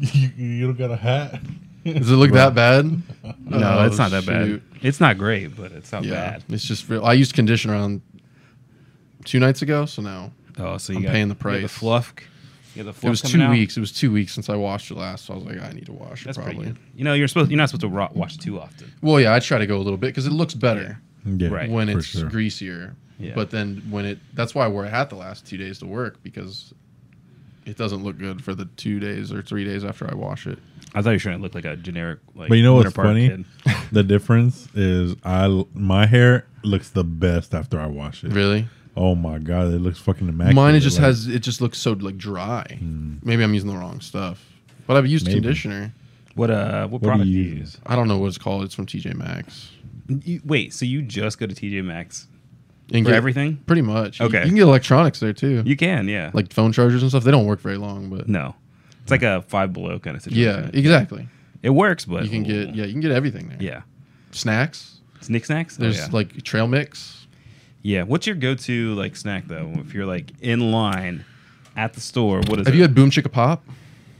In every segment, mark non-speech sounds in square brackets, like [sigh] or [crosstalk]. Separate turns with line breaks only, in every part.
You, [laughs] you don't got a hat?
Does it look that bad?
No,
Oh,
it's not that
shoot.
bad. It's not great, but it's not
Yeah,
bad.
it's just real. I used conditioner on two nights ago, so now
Oh, so you
I'm
got,
paying the
you got
price.
the fluff. You got the fluff
it was
coming
two
out.
weeks. It was two weeks since I washed it last, so I was like, I need to wash
That's
it
pretty
probably.
good. You know, you're supposed you're not supposed to ro- wash too often.
Well, yeah, I try to go a little bit because it looks better
Yeah,
Right.
when
for
it's
sure.
greasier.
Yeah.
But then when it, that's why I wore a hat the last two days to work because it doesn't look good for the two days or three days after I wash it.
I thought you were trying to look like a generic. Like,
But you know
Winter
what's
Park
funny?
kid.
[laughs] the difference is I l- my hair looks the best after I wash it.
Really?
Oh my god, it looks fucking immaculate.
Mine it just
like-
has it just looks so like dry. Maybe I'm using the wrong stuff. But I've used
Maybe.
conditioner.
What uh? What,
do
product do
you
you
use?
use?
I don't know what it's called. It's from TJ Maxx.
You- wait, so you just go to TJ Maxx?
And
For everything?
Pretty much. You-
Okay.
You, can get electronics there too.
You can, yeah.
like phone chargers and stuff. They don't work very long, but
no, it's like a five below kind of
yeah,
situation.
exactly.
it works, but
You can get yeah, you can get everything there.
yeah.
Snacks.
Snick snacks. Oh,
There's
yeah.
like trail mix.
yeah. What's your go-to like snack though? If you're like in line at the store, what is
Have
it?
you had Boom Chicka Pop?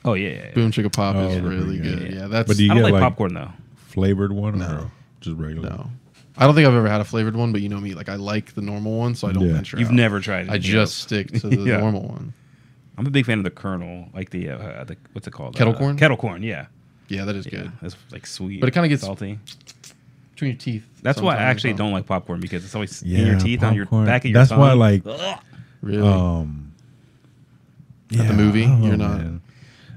oh yeah, yeah, yeah.
Boom Chicka Pop
Oh,
is
they're pretty
really
good.
good.
Yeah.
Yeah, that's
But do you
I don't
get,
like,
like-
popcorn though.
flavored one or
No.
just regular.
no. I don't think I've ever had a flavored one, but you know me, like I like the normal one, so I don't
Yeah.
venture.
You've
out.
never
I
tried. anything
just
else.
stick
[laughs]
to the
Yeah.
normal one.
I'm a big fan of the kernel, like the uh, the what's it called?
Kettle
Uh,
corn?
Kettle corn, yeah.
Yeah, that is
Yeah,
good.
that's like sweet,
But it kinda gets-
salty.
Between your teeth.
That's why I
sometimes,
actually
huh?
don't like popcorn because it's always in
Yeah,
your teeth, on your
popcorn.
back of your.
That's why I
tongue.
like-
Ugh.
really.
Um,
the movie?
I don't
You're not-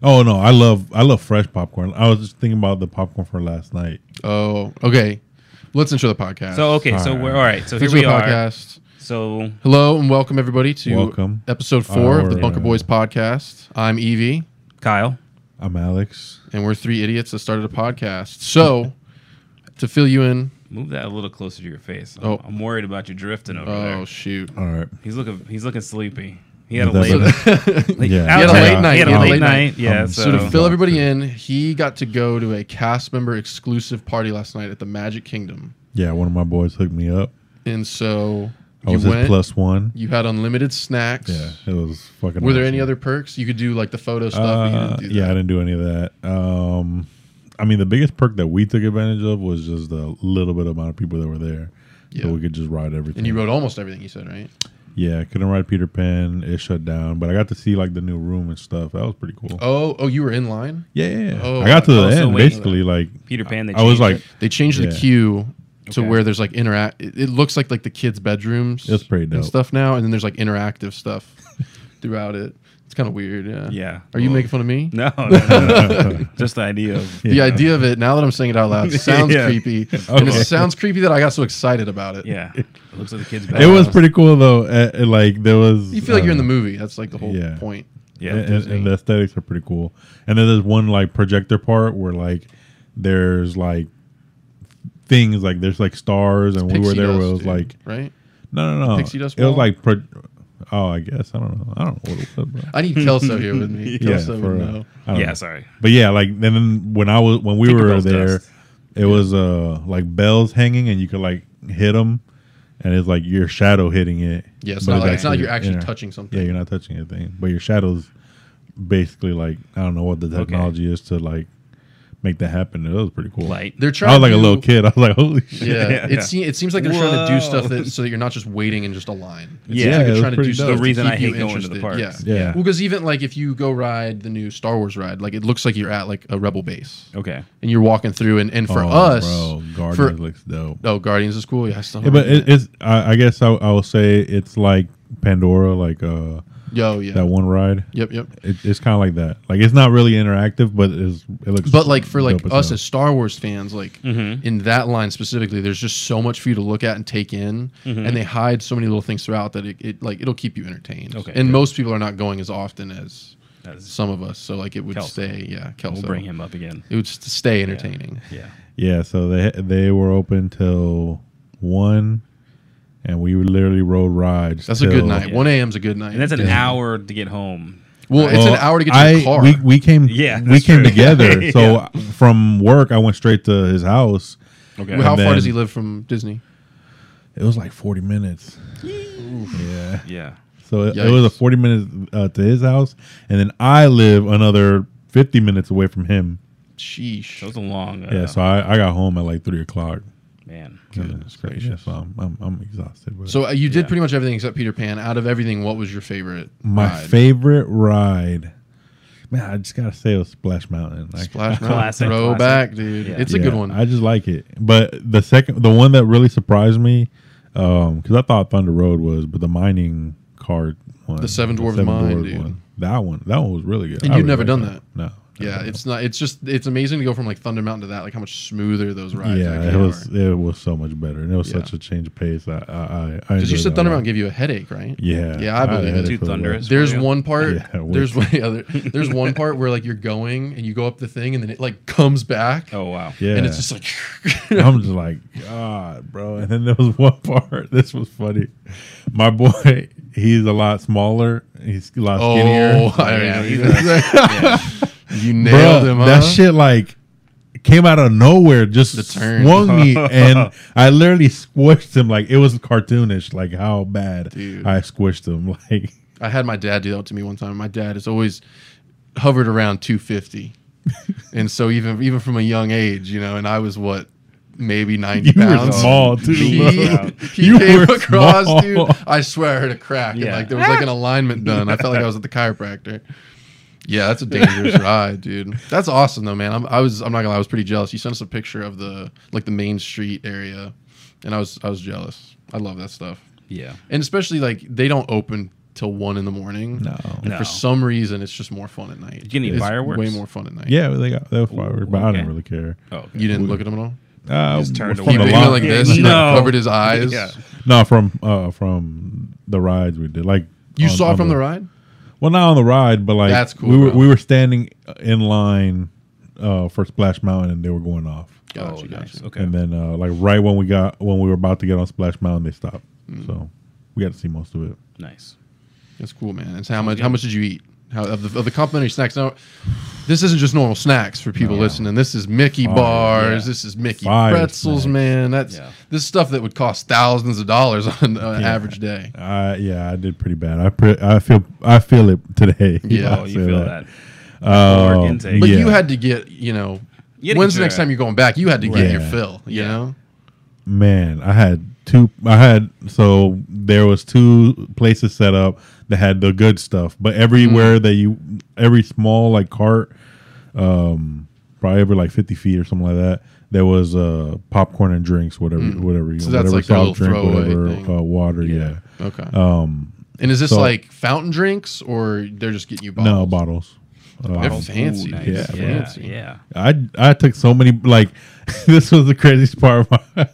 Oh no, I love I love fresh popcorn. I was just thinking about the popcorn for last night.
oh, okay. Let's intro the podcast.
So okay, so
Alright.
we're all right. So
Let's
here
intro
we
the
are.
podcast.
So
Hello and welcome everybody to
Welcome.
episode four of the
Our-
Bunker
uh,
Boys podcast. I'm Evie,
Kyle,
I'm Alex.
and we're three idiots that started a podcast. So to fill you in,
move that a little closer to your face. I'm,
Oh.
I'm worried about you drifting over
oh
there. [laughs]
shoot,
All right.
He's looking. He's looking sleepy. He had a
That's
[laughs] late.
okay.
like,
Yeah. He had a
Alex had-
late night,
He had
he
a late night. Yeah.
Um,
so
[laughs] so to fill
Oh,
everybody
good.
in, he got to go to a cast member exclusive party last night at the Magic Kingdom,
Yeah, one of my boys hooked me up.
and so
I
you
was his
went.
plus one.
You had unlimited snacks.
Yeah, it was fucking.
Were there any
awesome.
other perks? You could do like the photo stuff. but you
Uh,
didn't do
yeah, I
that.
didn't do any of that. Um, I mean, the biggest perk that we took advantage of was just the little bit amount of people that were there, so
Yeah.
we could just ride everything.
And you wrote almost everything you said, right?
yeah, I couldn't ride Peter Pan. It shut down, but I got to see like the new room and stuff. That was pretty cool.
Oh, oh, you were in line.
Yeah, yeah. yeah.
Oh,
I got to the
oh, so
end
wait.
basically. Like
Peter Pan, they
I was
changed
like,
it?
They changed the
Yeah.
queue to
Okay.
where there's like interact. It, it looks like like the kids' bedrooms.
That's pretty dope.
And stuff now, and then there's like interactive stuff [laughs] throughout it. It's kind of weird. Yeah.
Yeah.
Are you making fun of me?
[laughs]
[laughs]
No, no, no, no. just the idea of
The idea of it, now that I'm saying it out
[laughs]
loud, sounds
Yeah.
creepy. And
Okay.
it sounds creepy that I got so excited about it.
yeah. [laughs] It looks like the kids.
It was
bathhouse.
pretty cool though. Uh, uh, like there was.
Oh. You feel like you're in the
uh,
movie. That's like the whole
yeah.
point.
Yeah.
and- and, and the aesthetics are pretty cool. And then there's one like projector part where like there's like things like there's like stars and we were
Pixie
there where it
dust,
was
dude,
like
right?
no no no
Pixie dust
it was
wall?
like pro- oh I guess I don't know I don't know what it was bro.
I need Kelso here
[laughs]
with me. Kelso would
uh,
know.
I don't
yeah.
know.
Sorry.
But yeah, like and then when I was when we
Tinker
were
Bell's
there,
dust.
it was uh like bells hanging and you could like hit them, and it's like your shadow hitting it.
Yeah, it's
but
not, like, it's not like you're actually
inter-
touching
Yeah,
something.
you're not touching anything, but your shadow's basically like I don't know what the technology is to like make that happen. It was pretty cool.
Light.
They're
I was
trying
like
to
a little
do-
kid. I was like, holy shit. [laughs]
Yeah,
Yeah.
It, se- it seems like they're trying to do
Whoa.
stuff that, so that you're not just waiting in just a line. It
Yeah,
seems like
it
they're
was
trying to
pretty dope.
do stuff.
The
to
reason
keep
I
you
hate going to the
interested.
parks.
Yeah,
Yeah.
Well, because even like if you go ride the new Star Wars ride, like it looks like you're at like a Rebel base,
Okay.
and you're walking through, and and for
Oh,
us,
bro, Guardians
for
looks dope.
oh Guardians is cool. Yeah, I still
Yeah, but it, it's I, I guess I, I will say it's like Pandora, like uh
yo yeah,
that one ride.
yep yep.
It, it's kind of like that. Like it's not really interactive, but it's, it looks.
But like for like
dope
us
hell.
as Star Wars fans, like
Mhm.
in that line specifically, there's just so much for you to look at and take in,
Mm-hmm.
and they hide so many little things throughout that it, it like it'll keep you entertained.
Okay,
and
good.
most people are not going as often as
That is-
some of us, so like it would
Kelso.
stay. Yeah, Kelso.
We'll bring him up again.
It would st- stay entertaining.
Yeah.
yeah. So they they were open till one, and we literally rode rides.
That's a good
till-
night.
Yeah.
One a.m. is a good night.
And that's an
Yeah.
hour to get home.
Well, it's
Well,
an hour to get to
I,
your car.
We, we came.
[laughs] Yeah,
we
that's
came
true. [laughs]
together. So
Yeah.
from work, I went straight to his house.
Okay.
Well, How
And
far does
then-
he live from Disney?
It was like forty minutes. Yeah.
yeah.
So it, it was a
Yikes.
forty minutes uh, to his house, and then I live another 50 minutes away from him.
Sheesh.
That was a long. Uh,
Yeah, so I, I got home at like three o'clock.
man.
Goodness
Yeah,
gracious.
so I'm, I'm, I'm exhausted. But
So uh, you did
Yeah.
pretty much everything except Peter Pan. Out of everything, what was your favorite?
my
ride?
favorite ride, man, I just gotta say it was Splash Mountain. Like, [laughs]
Splash
Classic,
Mountain throwback, dude.
Yeah.
It's a good
yeah,
one.
I just like it. But the second, the one that really surprised me, um, because I thought Thunder Road was, but the mining card one,
The Seven Dwarfs
Dwarfs
Mine, dude.
one, that one, that one was really good.
And
I
you've
really
never
liked
done
No.
yeah, it's not. It's just. It's amazing to go from like Thunder Mountain to that. Like how much smoother those rides.
yeah,
actually
it was
are.
it was so much better, and it was
Yeah.
such a change of pace. I I I
Because you
enjoyed
said
that
Thunder
a lot.
Mountain gave you a headache, right?
Yeah,
Yeah, I believe
had
it.
it
Too
for a while.
thunderous.
There's
Yeah.
one part.
Yeah, it [laughs]
there's one. [laughs] Yeah, there- there's one part where like you're going and you go up the thing and then it like comes back.
Oh wow.
Yeah,
And it's just like.
[laughs] I'm just like, God, bro. And then there was [laughs] one part. This was funny. My boy, he's a lot smaller. He's a lot skinnier.
oh, [laughs]
Yeah,
I
he's
[laughs]
a-
you
Bruh,
nailed him.
That
huh?
shit like came out of nowhere. Just
The turn.
swung
[laughs]
me, and I literally squished him. Like it was cartoonish. Like how bad
Dude.
I squished him. [laughs] Like
I had my dad do that to me one time. My dad has always hovered
[laughs]
around 250, and so even even from a young age, you know, and I was what maybe 90
you were
pounds.
small too.
He,
bro. [laughs]
he
You
came
were
across,
small.
dude. I swear I heard a crack, and
Yeah.
like there was like an alignment done. I felt like I was at the chiropractor. Yeah, that's
[laughs]
a dangerous ride, dude. That's awesome though, man. I'm, I was I'm not gonna lie, I was pretty jealous. You sent us a picture of the like the main street area, and I was I was jealous. I love that stuff
Yeah.
and especially like they don't open till one in the morning.
No.
And
No.
for some reason, it's just more fun at night.
Did you get any
It's
fireworks?
Way more fun at night.
Yeah, they got they were fireworks, but I
okay.
didn't really care.
Oh. okay.
You didn't look at them at all.
Uh,
Just turned
from
away.
He
the
went
lot-
like this,
Yeah.
and like,
No.
covered his eyes.
Yeah.
[laughs] No, from uh from the rides we did. Like
You
on-
saw
on
from the ride.
Well, not on the ride, but like
That's cool,
We were
bro.
we were standing in line uh for Splash Mountain, and they were going off.
Gotcha,
oh, nice.
gotcha.
Okay.
And then uh like right when we got when we were about to get on Splash Mountain, they stopped. So we got to see most of it.
nice.
That's cool, man. And so how much? How much did you eat? How of the, of the complimentary snacks? Now, this isn't just normal snacks for people
No.
listening. This is Mickey
Fire,
bars.
yeah.
This is Mickey
Oh, Fire
pretzels,
snacks.
man. That's
Yeah.
this stuff that would cost thousands of dollars on an
Yeah.
average day.
Uh, yeah, I did pretty bad. I pre- I feel I feel it today. [laughs]
Yeah.
I'll
oh,
say
you feel that.
Uh,
Caloric intake.
But
yeah.
you had to get, you know,
You had
when's
to get
the
your-
next time you're going back? You had to get
Right.
your
Yeah.
fill, you
Yeah.
know?
Man, I had two. I had so there was two places set up that had the good stuff, but everywhere
Mm-hmm.
that you, every small like cart, um, probably every like fifty feet or something like that, there was uh popcorn and drinks, whatever, whatever you,
Mm. So
know,
that's
whatever
like their little
whatever
throwaway thing.
uh, water, yeah.
Okay.
Um,
and is this
so-
like fountain drinks or they're just getting you bottles?
no bottles.
They're
Um,
fancy.
nice.
Yeah,
yeah,
fancy.
yeah.
I I took so many like [laughs] this was the craziest part. My, [laughs]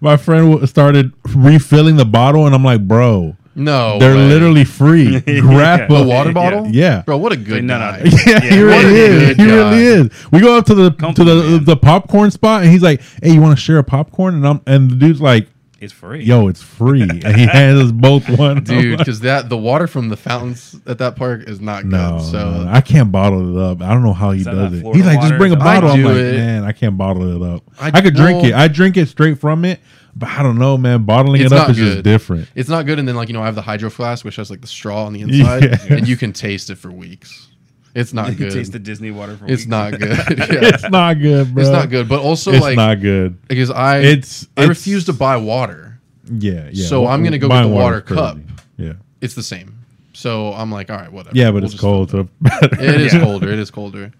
my friend w- started refilling the bottle, and I'm like, bro.
No.
They're
way.
literally free. Grab
Yeah.
the
a
water bottle?
Yeah.
Bro, what a good
No,
guy.
no,
[laughs] Yeah, he
Yeah.
What a
really is.
good
He
guy.
really is. We go up to the to the
Compliment.
the popcorn spot, and he's like, "Hey, you want to share a popcorn?" And I'm and the dude's like,
It's free.
"Yo, it's
[laughs]
free." And he hands us both one. [laughs]
Dude, because that the water from the fountains at that park is not good.
no,
so
no, I can't bottle it up. I don't know how he
Is that not
does it.
Florida
He's like,
water?
"Just bring a
Is that-
bottle."
I
I'm
do
like,
it.
"Man, I can't bottle it up.
I-
I, could drink
well-
it. I drink it straight from it, but I don't know, man. Bottling
It's
it up
not
is
good.
just different."
it's not good. And then like you know, I have the hydro flask, which has like the straw on the
[laughs]
inside,
Yeah.
and you can taste it for weeks. It's not
You
good.
taste the Disney water from
it's
weeks.
not good. [laughs] Yeah.
it's not good, bro.
It's not good. But also
It's
like
not good.
because I
It's-
I
it's-
refuse to buy water.
Yeah, yeah.
So I'm gonna go
Buying
get the
water's
water cup.
crazy. Yeah,
It's the same. So I'm like, all right, whatever.
yeah, but
We'll
it's
just-
cold. So
[laughs]
[laughs]
It is
Yeah.
colder. It is colder.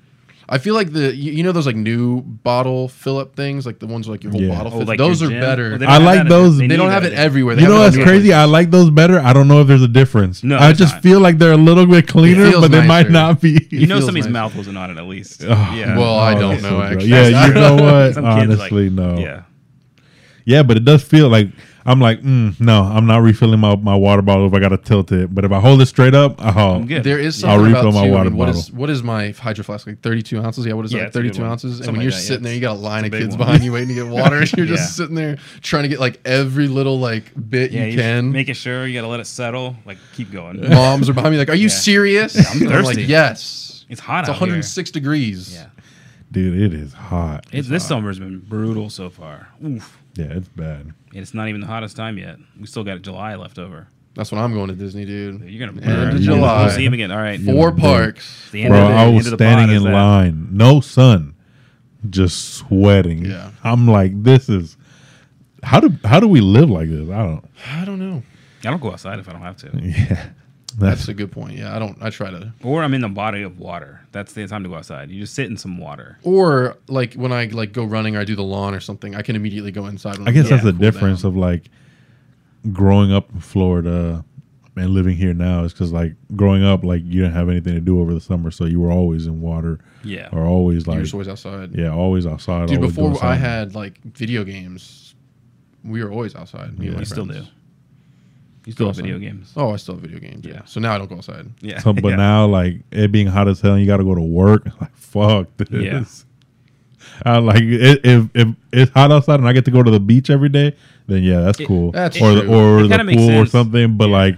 I feel like the you, you know those like new bottle fill up things, like the ones where, like your whole
Yeah.
bottle.
[laughs] Oh,
fits.
like
those are
your gin?
better.
Well,
they
I
have
like
that at
those-
Disney.
They
don't,
need
have
that
it
at
everywhere. They
you
have
know
it
what's
on your-
crazy? I like those better. I don't know if there's a difference.
No,
I
there's
just
not.
feel like they're a little bit cleaner,
feels
but they might
nicer.
not
Disney. You
be.
[laughs]
know
feels
somebody's
nice.
mouth wasn't on it at least.
Oh,
yeah.
Well, I
Oh,
don't
that's
know,
so gross.
actually.
Yeah, you
[laughs]
know what?
Some kids, like-
Honestly, no.
Yeah.
Yeah, but it does feel like I'm like, mm, no, I'm not refilling my, my water bottle if I gotta tilt it. But if I hold it straight up, oh,
I'm good.
There is
I'll
something about
refill my
too, I
water
mean, what is
bottle.
what is my hydro flask like? Thirty two ounces? Yeah, what is
Yeah,
that?
it's a good
Thirty two
one.
ounces. And
Something
when you're
like that, yeah.
sitting there, you got a line of
It's a big
kids
one.
behind you waiting to get water. [laughs] and You're
Yeah.
just sitting there trying to get like every little like bit
Yeah,
you
just
can.
Making sure you got to let it settle. Like, keep going.
Moms are behind me like, "Are you
Yeah.
serious?"
I'm
And
thirsty.
like, yes.
It's hot
It's
out here.
106 degrees.
Yeah.
dude, it is hot.
It, this summer's been brutal so far. Oof.
yeah, it's bad.
And it's not even the hottest time yet. We still got July left over.
That's what I'm going to Disney, dude.
You're gonna
End
of
burn the
July.
museum again. All right,
Four
dude.
parks.
the
Bro,
of the-
I
end
was
of the
standing
pod is
in
that.
line, no sun, just sweating.
Yeah.
I'm like, this is how do how do we live like this? I don't. [laughs]
I don't know.
I don't go outside if I don't have to,
Yeah,
That's
that's
a good point. Yeah, I don't. I try to.
or I'm in the body of water. That's the time to go outside. You just sit in some water.
Or like when I like go running or I do the lawn or something, I can immediately go inside. When
I
I'm
guess
done.
that's the
Cool
difference
down.
of like growing up in Florida and living here now is because like growing up, like you didn't have anything to do over the summer, so you were always in water
Yeah,
or always
You're
like
just always outside.
yeah, always outside.
Dude,
always doing
before I
something.
[laughs]
had like video games, we were always outside. me and my
you still do.
friends.
You still have
Go
video
outside.
games.
Oh, I still have video games. Yeah.
Yeah.
So now I don't go
[laughs]
outside.
Yeah,
So, but
yeah.
now, like it being hot as hell, and you got to go to work. [laughs] Like fuck this.
Yeah.
I like i- if if it's hot outside and I get to go to the beach every day, then yeah, that's
It-
cool.
that's
or the,
true.
or the
It kinda makes
pool or
sense.
something. But
Yeah.
like,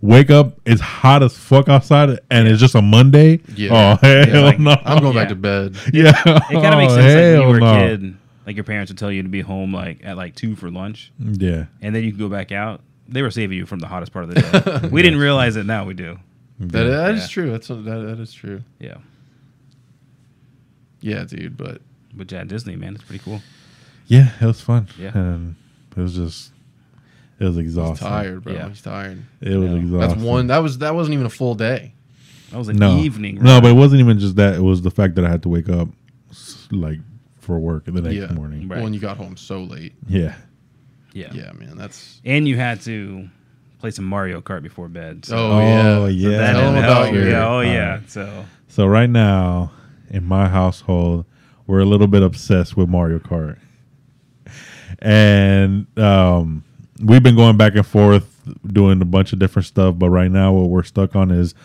wake up, it's hot as fuck outside, and it's just a Monday.
Yeah.
Oh hell
Yeah, like,
no.
I'm going back
Yeah.
to bed.
[laughs] yeah.
it kind of makes sense. Like when you were
Oh, Hell no.
a kid, like your parents would tell you to be home like at like two for lunch,
Yeah.
and then you can go back out. They were saving you from the hottest part of the
[laughs]
day. we didn't realize it. Now we do.
That, that
Yeah.
is true. That's that, that is true.
Yeah,
Yeah, dude. But
but yeah, Disney man, it's pretty cool.
Yeah, it was fun.
Yeah.
And it was just, it was
he's
exhausting.
tired, bro.
Yeah.
He's tired.
It was
Yeah. That's
exhausting.
That's one. That was that wasn't even a full day.
That was an
no.
evening.
No,
ride.
but it wasn't even just that. It was the fact that I had to wake up s- like for work the next
yeah.
morning.
Right.
Well, and you got home so late.
Yeah.
yeah,
Yeah, man. That's
and you had to play some Mario Kart before bed. So
Oh, yeah.
Oh, yeah.
that
Tell
didn't
'em
help.
about your-
yeah, oh
All
yeah.
right.
So
So right now in my household, we're a little bit obsessed with Mario Kart. And um we've been going back and forth doing a bunch of different stuff, but right now what we're stuck on is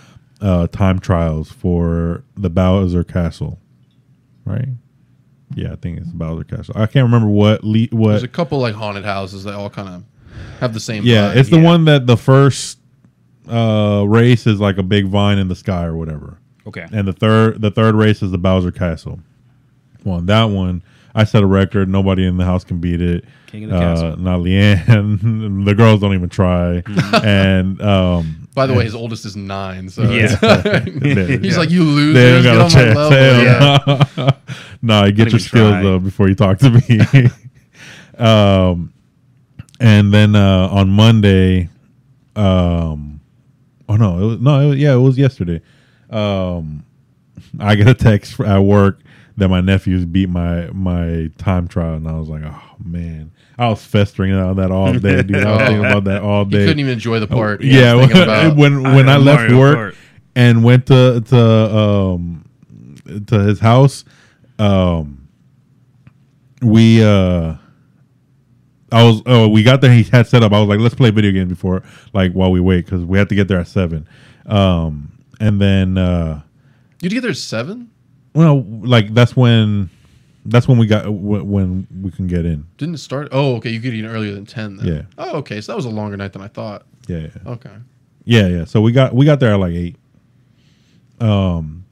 uh time trials for the Bowser Castle. Right? Yeah, I think it's Bowser Castle. I can't remember what le- what
there's a couple like haunted houses that all kind of have the same.
Yeah,
vibe.
it's the
yeah.
one that the first uh, race is like a big vine in the sky or whatever,
okay,
and the third the third race is the Bowser Castle. Well, that one I set a record. Nobody in the house can beat it.
King of the
Uh,
Castle.
not Leanne. [laughs] the girls don't even try.
Hmm.
and
[laughs]
um,
By the way, his oldest is nine. So
Yeah.
[laughs] he's
Yeah.
like, you lose.
they don't
Get
got
on
a
Oh, my
chance.
level. Yeah.
Hell no. [laughs] Nah, get your
even
skills
try.
up before you talk to me. [laughs] um, and then uh, on Monday, um, oh no, it was no, it was, yeah, it was yesterday. Um, I get a text fr- at work that my nephews beat my my time trial, and I was like, oh man, I was festering on that all day, dude. I was thinking about that
[laughs]
all
He
day.
couldn't even enjoy the part. he
Oh, Yeah,
was thinking about.
when when I,
am
left
Mario
work
Kart.
and went to to um to his house, um we uh I was oh we got there he had set up I was like let's play video game before like while we wait because we had to get there at seven, um and then uh
Did you get there at seven?
well like that's when that's when we got wh- when we can get in
Didn't it start? Oh, okay. You could eat earlier than ten. Then.
Yeah.
Oh, okay. So that was a longer night than I thought.
yeah yeah.
Okay.
Yeah, yeah. So we got we got there at like eight. Um,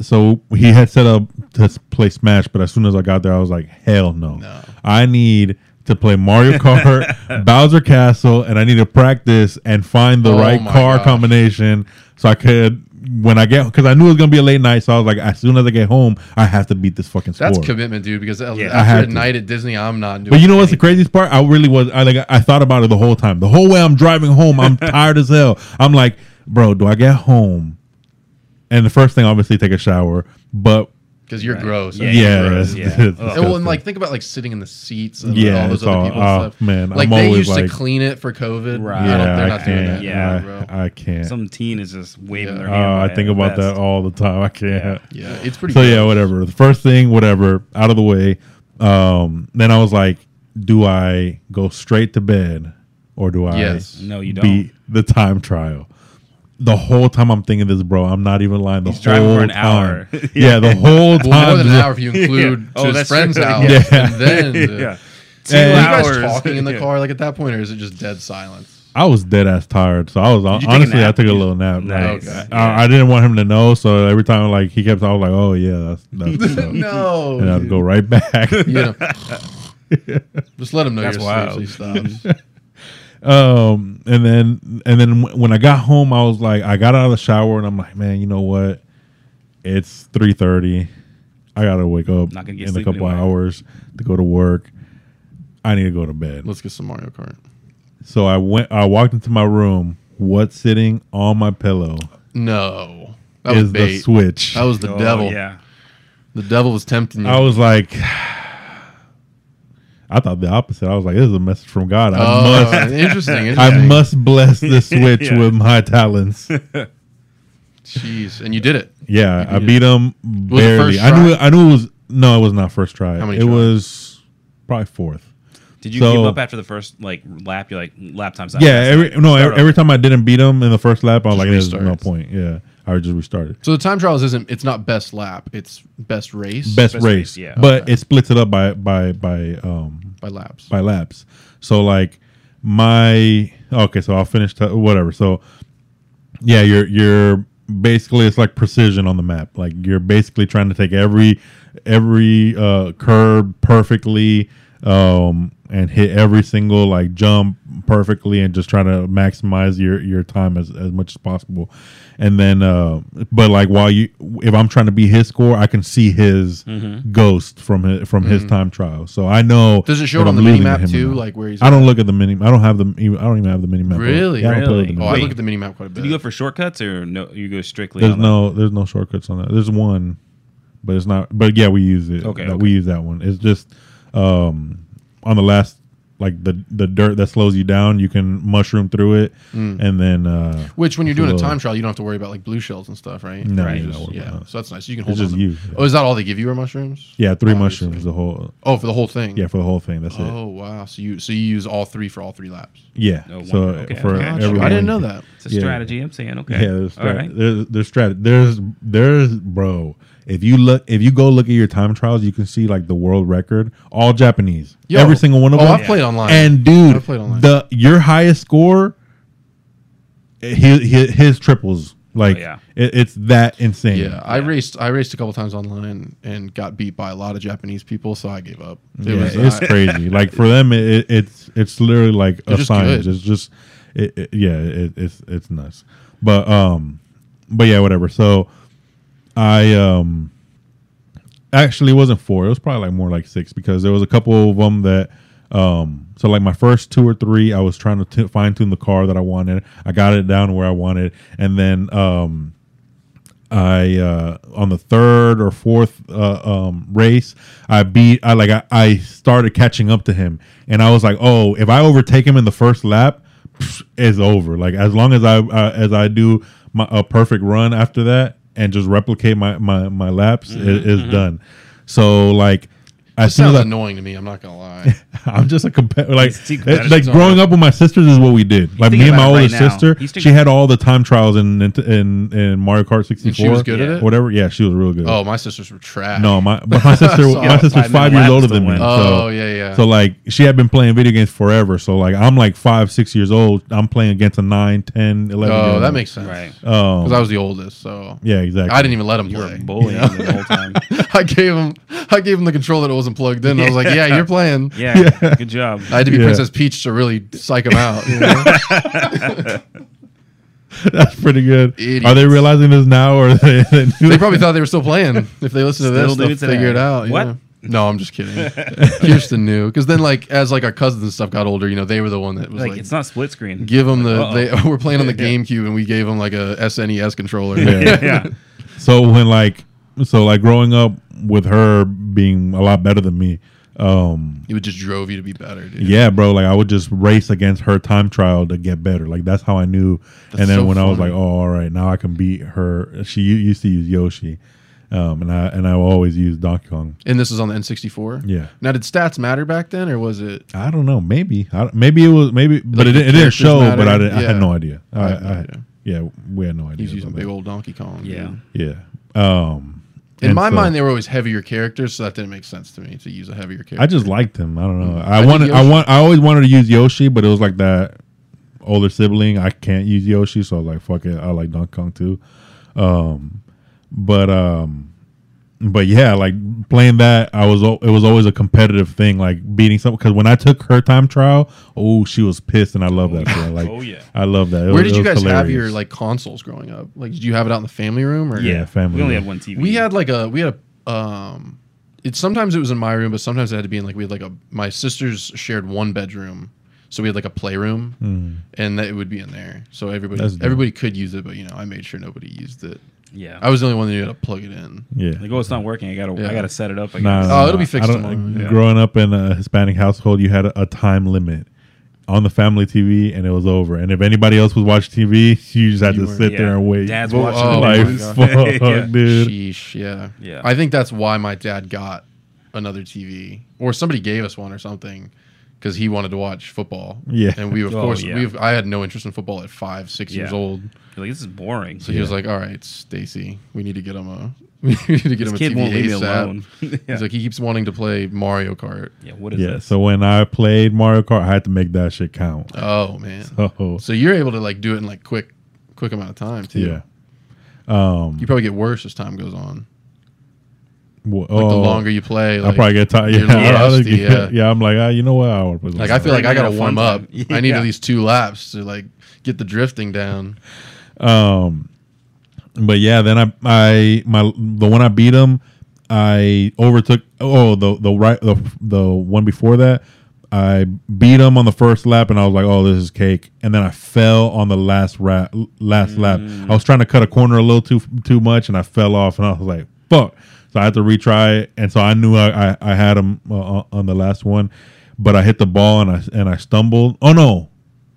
so he had set up to s- play Smash, but as soon as I got there, I was like, hell no,
No.
I need to play Mario
[laughs]
Kart, Bowser Castle, and I need to practice and find the
Oh
right
my
car
gosh.
combination so I could. When I get, because I knew it was gonna be a late night, so I was like, as soon as I get home, I have to beat this fucking score.
That's commitment, dude. Because
Yeah.
I had
after a
to.
night at Disney, I'm not doing.
But you know what's the
anything.
craziest part? I really was. I like. I thought about it the whole time. The whole way I'm driving home,
[laughs]
I'm tired as hell. I'm like, bro, do I get home? And the first thing, obviously, take a shower. But
because you're
Right.
gross.
yeah,
Yeah,
And-
you're gross, yeah.
it's
Ugh.
disgusting.
Oh, And, well, and like think about like sitting in the seats and
Yeah,
all those
it's
other
all-
people
oh,
stuff.
man,
like
I'm
they
always
used
like-
to clean it for COVID.
Right.
I
yeah,
don't,
I,
they're not doing
can't.
that.
Yeah,
bro.
I, I can't.
some teen is just waving
Yeah.
their
Oh,
hand.
I
by
think
it,
about
best.
that all the time. I can't.
yeah, it's pretty.
So yeah,
gross.
whatever. The first thing, whatever, out of the way. Um, then I was like, do I go straight to bed or do I
Yes.
No, you don't.
beat the time trial? The whole time I'm thinking this, bro. I'm not even lying. The
He's
whole
driving for an
time.
hour.
[laughs] yeah, the whole time.
Well, more than an hour if you
Yeah.
include
[laughs] Oh,
to his
that's
friends
true.
[laughs]
out.
Yeah.
[laughs] And then the-
yeah. Two
Hey,
Are you
hours
guys talking in the
[laughs] Yeah.
car like at that point, or is it just dead
[laughs]
silence?
I was dead ass tired, so I was
you take a
honestly. I
nap?
took a little nap.
Nice.
Like,
Okay.
I, I didn't want him to know, so every time like he kept, I was like, "Oh yeah, that's,
[laughs]
that's so.
no.
and I'd
dude.
go
[laughs]
right [laughs] back.
You know. just let him know
That's
you're
wild. [laughs]
asleep. so he stops.
um, and then and then wh- when I got home, I was like, I got out of the shower and I'm like, man, you know what? It's three thirty. I gotta wake up
Not gonna get
in a
sleep
couple
anyway.
hours to go to work. I need to go to bed.
Let's get some Mario Kart.
So I went. I walked into my room. What's sitting on my pillow
No, that
is
was
the
bait.
Switch.
That was the
Oh,
devil.
Yeah.
The devil was tempting you.
I was like, I thought the opposite. I was like, this is a message from God. I
Oh,
must,
interesting.
I
interesting.
must bless the
[laughs]
Switch
Yeah.
with my talents.
Jeez, and you did it.
Yeah, I
did.
beat him
was the
barely.
first
I knew.
try?
I knew it was no. It was not first try.
How many
it
tries?
was probably fourth.
Did you
So-
give up after the first like lap? You're like lap time's not
yeah,
fast
every
enough.
no.
Start
Every, every time I didn't beat him in the first lap, I was
Just
like, "There's no
restart.
point." Yeah, I would just restarted.
So the time trials isn't. It's not best lap. It's best race.
Best,
Best
race,
race, yeah.
but it splits it up by by by um
by laps.
by laps. So like my okay, so I'll finish t- whatever. So yeah, you're you're basically it's like precision on the map. Like you're basically trying to take every every uh, curb perfectly um, and hit every single like jump perfectly and just trying to maximize your your time as, as much as possible. And then uh, but like while you if I'm trying to be his score, I can see his ghost from his, from his time trial. So I know
Mm-hmm. Does it show
if
it on
I'm
the mini
losing to
map
him or
too?
not.
Like where he's.
I don't look at the mini. I don't have the. I don't even have the mini map.
Really?
Yeah, I don't play with
Really?
the
Oh,
mini
I
map.
look at the mini map quite a bit.
Did you go for shortcuts or no? You go strictly.
There's
on the-
no there's no shortcuts on that. There's one, but it's not. But yeah, we use it.
Okay,
That-
okay.
we use that one. It's just um on the last like the the dirt that slows you down. You can mushroom through it,
Mm.
and then uh
Which, when you're doing a
Sure.
time trial, you don't have to worry about like blue shells and stuff, right?
no,
Right.
you
Just-
don't worry
yeah,
about it.
so that's nice. You can hold
It's
on.
just
to-
you.
Oh, is that all they give you are mushrooms?
Yeah, three
Obviously.
mushrooms. The whole
Oh, for the whole thing.
yeah for the whole thing. That's it.
Oh wow! So you so you use all three for all three laps.
Yeah.
Oh,
so
wonder. Okay,
for
okay.
Gotcha.
everyone,
I didn't know that.
It's a
Yeah.
strategy. I'm saying okay.
Yeah, there's
all
strat-
right.
there's there's strat- there's there's bro. If you look if you go look at your time trials, you can see like the world record, all Japanese,
Yo.
every single one of
Oh,
them.
I've played online.
And dude,
I've played online.
the your highest score, his his, his triples. Like
Oh, yeah.
it, it's that insane.
Yeah, I raced. I raced a couple times online and got beat by a lot of Japanese people, so I gave up. It
Yeah,
was
it's
I-
crazy. Like for them, it, it, it's it's literally like
They're
a
just
science.
good.
It's just, it, it- yeah, it, it's it's nuts. But um, but yeah, whatever. So I um, actually it wasn't four. It was probably like more like six because there was a couple of them that um. So like my first two or three, I was trying to t- fine tune the car that I wanted. I got it down where I wanted, and then um. I uh, on the third or fourth uh, um, race, I beat. I like I, I started catching up to him, and I was like, oh, if I overtake him in the first lap, pff, it's over. Like as long as I uh, as I do my a perfect run after that and just replicate my my my laps, it, it's done. So like.
It
As soon
sounds
as I,
annoying to me. I'm not gonna
[laughs]
lie.
I'm just a competitor. Like,
He's too
it- like
competitive.
growing up with my sisters is what we did. Like me
thinking
and my
about it
older
right now.
sister,
He's thinking-
she had all the time trials in in in, in Mario Kart 64.
And she was good at
Yeah.
it.
Whatever. Yeah, she was real good.
Oh, my sisters were trash.
No, my but
[laughs]
my sister
Sorry.
my sister's
Five
five years
laps
older
to
than me.
win.
Oh
so,
yeah, yeah.
so like she had been playing video games forever. So like I'm like five, six years old. I'm playing against a nine, 10, 11 year
oh,
old.
that makes sense.
Right.
Oh,
Because I was the oldest, so
yeah, exactly.
I didn't even let him
You
play.
were bullying
you know?
the
[laughs]
whole time.
[laughs] I gave him, I gave him the controller that wasn't plugged in. I was like, "Yeah, you're playing."
Yeah. Good job.
I had to be
Yeah.
Princess Peach to really psych him out. you know?
[laughs] [laughs] That's pretty good.
Idiots.
Are they realizing this now, or they, they, knew
they probably thought they were still playing if they listened to
Still
this.
do
They'll
it today.
figure it out.
What?
yeah. No, I'm just
[laughs]
kidding. Kirsten knew because then, like, as like our cousins and stuff got older, you know, they were the one that was
Like,
like,
it's not split screen.
give them the.
Uh-oh.
They [laughs] we're playing on the GameCube and we gave them like a SNES controller.
Yeah.
[laughs] yeah.
So when like so like growing up with her being a lot better than me, um,
it would just drove you to be better, dude.
Yeah, bro. Like I would just race against her time trial to get better. Like that's how I knew. and then
so
when I was like,
funny.
oh, all right, now I can beat her. She u- used to use Yoshi, um, and I and I always use Donkey Kong.
And this is on the N64.
Yeah.
Now, did stats matter back then, or was it?
I don't know. Maybe. I, don't- maybe it was. Maybe, but it,
the
didn't- it didn't
characters
show. But I,
matter?
didn't, I
Yeah.
had no idea. I,
I
I,
have no idea.
yeah, we had no idea.
He's using
about
big old Donkey Kong. dude.
Yeah.
that. Yeah. Um,
In
and
my
so
mind, they were always heavier characters, so that didn't make sense to me to use a heavier character.
I just liked him. I don't know.
Mm. I
I
think
wanted. I
Yoshi-
want. I always wanted to use Yoshi, but it was like that older sibling. I can't use Yoshi, so I was like, "Fuck it." I like Donkey Kong too. Um, but um, but yeah, like playing that, I was al- it was always a competitive thing, like beating someone. Because when I took her time trial, oh, she was pissed, and I love that.
[laughs]
Show. Like,
Oh, yeah.
I love that. It
Where
was-
did
it
you
was
guys have your
hilarious.
like consoles growing up? Like, did you have it out in the family room? Or
Yeah, family
We only
room.
had one TV.
we had like a we had a um. It sometimes it was in my room, but sometimes it had to be in like we had like a my sisters shared one bedroom, so we had like a playroom, and that it would be in there. So everybody
Hmm. That's dope.
everybody could use it, but you know I made sure nobody used it.
yeah.
I was the only one that knew how to plug it in.
yeah?
like, oh, it's not working. I gotta,
Yeah.
I gotta set it up. I
Nah,
guess.
nah,
Oh, it'll be
nah.
fixed
I don't-
tomorrow, yeah.
Growing up in a Hispanic household, you had a, a time limit on the family TV, and it was over. And if anybody else was watching TV, you just had
You
to
were-
sit there
Yeah.
and wait.
Dad's
Whoa,
watching.
oh
the
like,
my
news.
[laughs]
[laughs]
fuck,
Yeah.
dude.
Sheesh, yeah.
Yeah.
I think that's why my dad got another TV, or somebody gave us one or something, because he wanted to watch football.
Yeah.
and we of
[laughs] Oh,
course
yeah.
we I had no interest in football at five, six years
Yeah.
old.
Like this is boring.
So he was like, "All right, Stacy, we need to get him a [laughs] we need to get
this
him a
kid
TV
won't leave me
ASAP."
alone. [laughs] yeah.
He's like, he keeps wanting to play Mario Kart.
yeah. What is
Yeah.
this?
So when I played Mario Kart, I had to make that shit count. [laughs]
Oh man!
So
So you're able to like do it in like quick, quick amount of time too.
yeah. Um.
You probably get worse as time goes on.
wh-
Like the
oh,
longer you play,
I probably get tired.
you're
Yeah, [laughs] I
lost,
was-
yeah.
yeah. I'm like, ah, you know what? I want to play.
Like I feel like I
Right
gotta
now,
warm
fun
up.
time. [laughs]
I need
Yeah.
at least two laps to like get the drifting down.
Um, but yeah, then I, I, my, the one I beat him, I overtook. Oh, the the right, the the one before that, I beat him on the first lap, and I was like, oh, this is cake. And then I fell on the last rap, last lap. I was trying to cut a corner a little too too much, and I fell off, and I was like, fuck. So I had to retry it, and so I knew I I, I had him uh, on the last one, but I hit the ball and I and I stumbled. Oh no,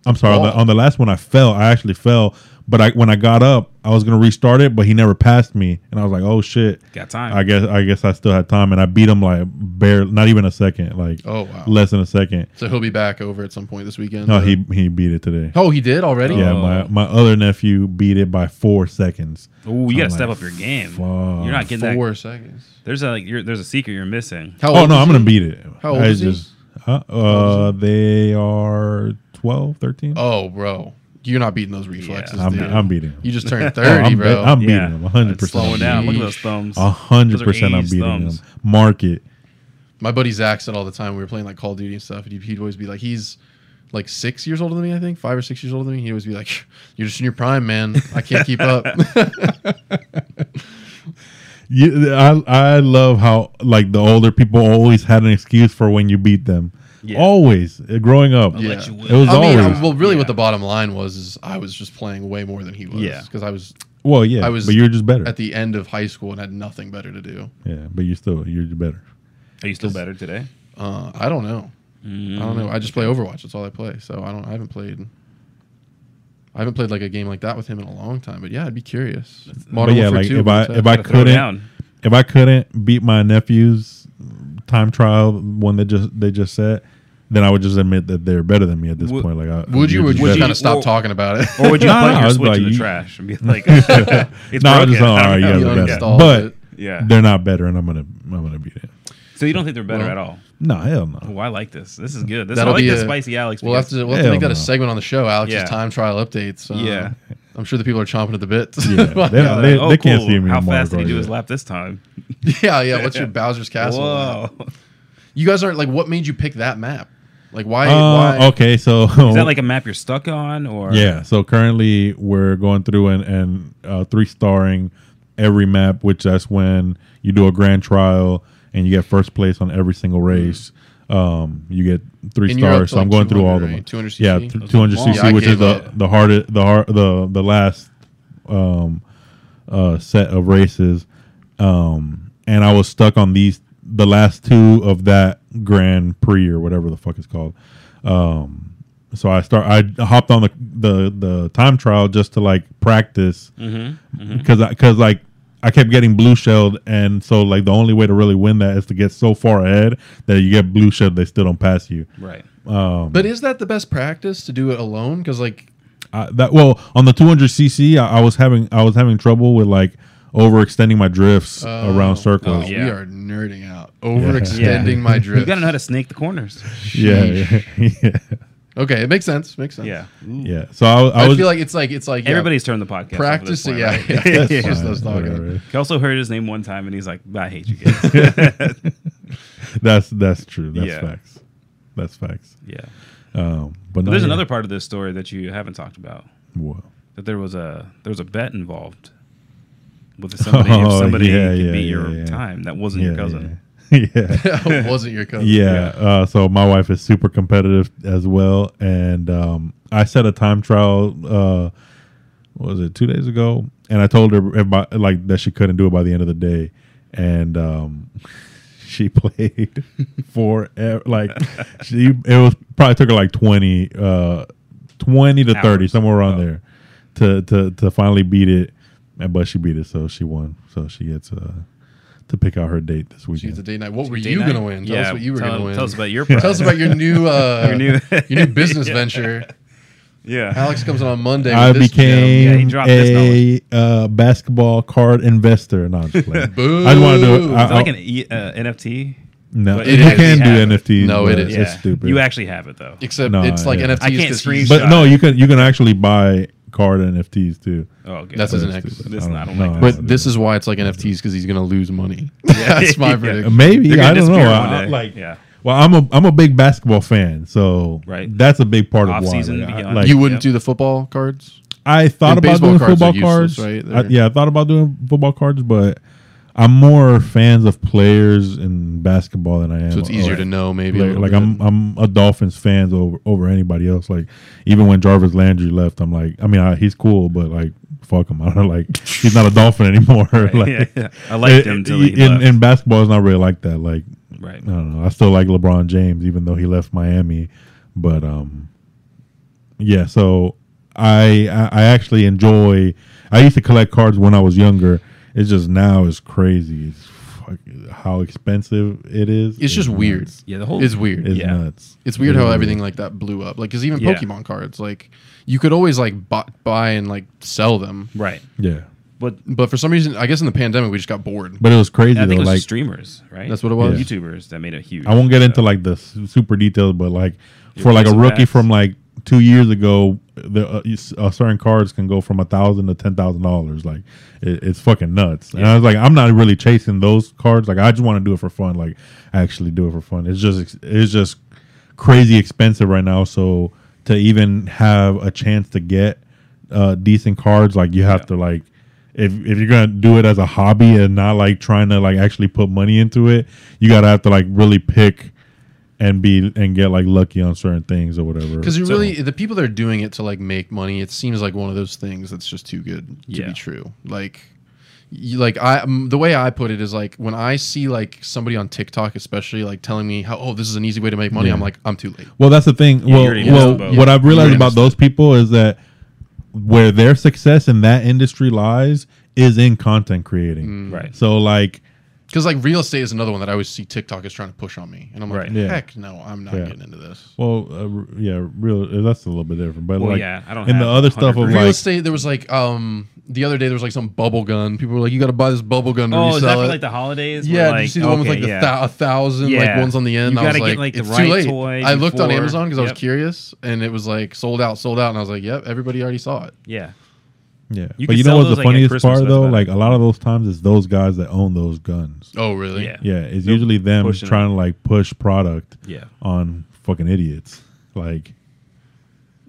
I'm sorry. On the,
Ball.
on the last one, I fell. I actually fell. But I, when I got up, I was gonna restart it, but he never passed me, and I was like, "Oh shit!"
Got time.
I guess I guess I still had time, and I beat him like barely, not even a second, like
Oh wow!
less than a second.
So he'll be back over at some point this weekend.
No,
Uh,
he he beat it today.
Oh, he did already.
Yeah,
Oh.
my my other nephew beat it by four seconds.
Ooh, you gotta
I'm
step
like,
up your game.
fuck.
You're not getting that.
Four seconds.
There's a like, you're, there's a secret you're missing.
How
Oh
old
no,
is
I'm
he?
gonna beat it.
How old
I
is he?
huh? uh, they are 12, 13.
Oh, bro, you're not beating those reflexes.
I'm,
dude.
I'm beating him.
you just
[laughs]
turned
Oh,
30,
I'm, be-
bro.
I'm beating
Yeah.
him. 100.
It's slowing
percent
down. Look at those
Yeesh.
thumbs.
A hundred percent, I'm
Those are
beating
A's
him. Mark it.
my buddy Zach said all the time we were playing like Call of Duty and stuff, and he'd, he'd always be like, he's like six years older than me, I think, five or six years older than me. He'd always be like, [laughs] "You're just in your prime, man. I can't
[laughs]
keep up."
You, I I love how like the older people always had an excuse for when you beat them.
Yeah.
Always uh, growing up,
Yeah.
it
let you
was
win.
I mean,
always
I- well, really,
Yeah.
what the bottom line was is I was just playing way more than he was.
Yeah.
because I was
well, yeah.
I was
but you're just better.
at the end of high school and had nothing better to do.
yeah, but you're still you're just better.
Are you still better today?
Uh, I don't know. I don't know. I just play Overwatch. That's all I play. So I don't. I haven't played. I haven't played like a game like that with him in a long time. But yeah, I'd be curious.
but yeah,
Warfare
like
2
if I
would be
if
tough.
I
Gotta throw
couldn't
down.
if I couldn't beat my nephew's time trial one that just they just set, then I would just admit that they're better than me at this
Would-
point. Like, I,
would you?
you're
Would
just
you
better.
kind of stop
Or-
talking about it?
Or would
[laughs]
you
No,
plug
no, I
your
was
Switch
like,
in the
you- [laughs]
trash and be like, [laughs] it's
No, I was
broken.
just all
I don't
right.
know."
Yeah,
You
they're better.
uninstalled
but
it.
Yeah.
they're not better, and I'm gonna I'm gonna beat it.
So you don't think they're better
Well-
at all?
No, hell no.
Oh, I like this. This is good. This, I
That'll
like
be
the
a-
spicy
[laughs]
Alex.
We'll have
because-
to, we'll have to make
Hell
that a
no.
segment on the show. Alex's
Yeah.
time trial updates. Uh,
Yeah.
I'm sure the people are chomping at the bit. [laughs]
Yeah, they-
Yeah,
they,
like, "Oh,
they can't
cool.
see me.
How
on
fast did he
Mario
do
Kart
his
yet.
lap this time?
yeah, yeah.
[laughs]
What's your Bowser's Castle?
[laughs] Whoa.
You guys aren't like. What made you pick that map? Like why?
Uh,
why?
okay, so
Is that like a map you're stuck on? Or
yeah? So currently we're going through and and uh, three starring every map, which that's when you do a grand trial and you get first place on every single race. Um, you get three
Mm-hmm. And you're up
stars.
to,
So I'm
like,
going through all
200,
of them.
right? 200cc?
Yeah,
Those
two hundred
long.
cc,
Yeah, I
which is
gave
the
up.
the hardest, the hard, the the last um uh set of races. Um, and I was stuck on these the last two of that Grand Prix or whatever the fuck it's called. Um, so I start I hopped on the the the time trial just to like practice because I because like I kept getting blue shelled and so like the only way to really win that is to get so far ahead that you get blue shelled they still don't pass you.
Right.
Um,
But is that the best practice to do it alone? Because like
I, that well on the 200 cc I, I was having I was having trouble with like overextending my drifts around [laughs]
Oh,
circles.
We
Yeah.
are nerding out, overextending
[laughs]
Yeah.
my
You
drift. [laughs]
gotta know how to snake the corners.
yeah, yeah, yeah.
Okay, it makes sense. Makes sense.
Yeah.
Yeah. So I, I
I,
was
feel like it's like it's like yeah, [laughs]
Everybody's turned the podcast.
practice.
Off
it.
at
Yeah,
this
yeah. [laughs]
point,
It's
right?
that's
just
fine,
us talking.
whatever.
He also heard his name one time, and he's like, "I
[laughs]
hate you guys."
That's that's true. That's
Yeah.
facts. That's facts.
yeah.
Um, but,
But
no,
there's
yeah.
another part of this story that you haven't talked about.
Whoa.
That there was a there was a bet involved with somebody.
[laughs]
if
Oh,
somebody
yeah,
could
yeah,
beat
yeah,
your
yeah.
time that wasn't
Yeah,
your cousin.
Yeah.
[laughs]
yeah. [laughs]
Wasn't your cousin?
Yeah. Uh, so my wife is super competitive as well, and um, I set a time trial. Uh, what was it two days ago? And I told her about, like that she couldn't do it by the end of the day, and um, [laughs] she [laughs] played for like she. It was probably took her like twenty, uh, twenty to thirty,
Hours.
somewhere around
Oh.
there, to to to finally beat it. And but she beat it, so she won. So she gets uh, to pick out her date this
She was a
weekend.
day night. What were
Day
you
night.
gonna win? Tell
yeah,
us what you were
tell,
gonna win.
Tell us about your
[laughs]
prize.
Tell us about your
[laughs]
new uh,
Your new-
[laughs] your new business
[laughs] Yeah.
venture.
yeah.
Alex comes in on Monday.
I
with this
became
Yeah, he dropped this
a uh, basketball card investor. No, I'm just playing.
[laughs] Boo.
I just want to do it.
Is
I,
It's like
I-
an e, uh, NFT.
no,
but
you
it is-
can
we have it.
do NFTs.
No,
but
it is.
It's stupid.
You actually have it though.
jam. Except
No,
it's like
yeah.
NFT's.
I can't
'cause he's-
screenshot.
but no, you can you can actually buy card NFTs too.
Oh, okay.
That's an
That's
X.
stupid.
This- I don't
know.
like
I
But
don't
this
know.
is why it's like NFTs because he's gonna lose money. [laughs] That's my
[laughs] Yeah.
Uh,
prediction.
maybe
They're
I
gonna
don't know.
disappear
I,
one
I-
day.
like,
Yeah.
well, I'm a I'm a big basketball fan, so
Right.
that's a big part of why.
Off-season
like, I-
beyond.
like,
You wouldn't do
Yep.
the football cards.
I thought
And
about
baseball
doing
cards are
football
useless,
cards.
right?
I-
They're-
yeah, I thought about doing football cards, but I'm more fans of players in basketball than I am.
So it's
of-
easier to know, maybe. a
Like,
little
like
bit.
I'm, I'm a Dolphins fans over over anybody else. Like even when Jarvis Landry left, I'm like, I mean, I, he's cool, but like, fuck him. [laughs] I don't know, like he's not a Dolphin anymore. [laughs] like,
[laughs] yeah, yeah. I
uh,
liked him till he
in,
left.
in basketball, it's not really like that. Like
right.
I don't know. I still like LeBron James, even though he left Miami. But um, yeah. So I I I actually enjoy. I used to collect cards when I was younger. It's just now is crazy. It's fuck, how expensive it is.
It's just
nuts.
weird.
Yeah, the whole
It's weird.
It's
Yeah.
nuts.
It's weird
It
how
is
everything like that blew up. Like, because even
Yeah.
Pokemon cards, like, you could always like bu- buy and like sell them.
right.
Yeah,
But
But for some reason, I guess in the pandemic, we just got bored.
but it was crazy
I think
though.
it was
Like
just streamers, right?
That's what it was?
Yeah.
YouTubers that made it huge.
I won't get into like the su- super details, but like
Your
for like a
price of
rookie
bats.
from like two years ago, the uh, you s- uh, certain cards can go from a thousand to ten thousand dollars. Like it, it's fucking nuts. And I was like, I'm not really chasing those cards. Like I just want to do it for fun. Like I actually do it for fun. It's just ex- it's just crazy expensive right now. So to even have a chance to get uh, decent cards, like you have
Yeah.
to like if if you're gonna do it as a hobby and not like trying to like actually put money into it, you gotta have to like really pick and be and get like lucky on certain things or whatever.
Because you
So-
really, the people that are doing it to like make money, it seems like one of those things that's just too good to
Yeah.
be true. Like, you, like I, um, the way I put it is like when I see like somebody on TikTok, especially like telling me how, oh, this is an easy way to make money.
Yeah.
I'm like, I'm too late.
Well, that's the thing.
Yeah, you already
well,
missed the
well
boat.
what I've
You
realized
already
about
missed
those people is that where their success in that industry lies is in content creating.
Right.
So like
Because like real estate is another one that I always see TikTok is trying to push on me, and I'm like,
Right.
Yeah.
heck no, I'm not
Yeah.
getting into this.
well, uh, r- yeah, real. That's a little bit different, but
Well,
like,
yeah, I don't
and the
have
other stuff of
100
Real
like,
estate, there was like um the other day there was like some bubble gun. People were like, you got to buy this bubble gun to
Oh,
resell
is that
it.
for like the holidays?
yeah,
Where, like,
did you see the one with like
okay,
the
yeah.
thou- a thousand like
Yeah.
ones on the end?
You
I was
gotta
like,
get, like, the
it's
right
too late.
toy
I looked on
before-
Amazon because I was
Yep.
curious, and it was like sold out, sold out, and I was like, yep, everybody already saw it.
yeah.
yeah.
You
but
can
you know
sell
what's
those,
the
like, at
funniest
Christmas,
part
that's
though?
better.
Like a lot of those times, it's those guys that own those guns.
Oh, really?
Yeah.
Yeah, it's
They're
usually them
pushing it.
trying to like push product
Yeah.
on fucking idiots. Like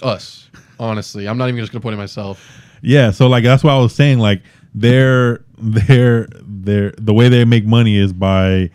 Us, honestly, I'm not even just gonna point at myself.
yeah, so like that's what I was saying. Like their their their the way they make money is by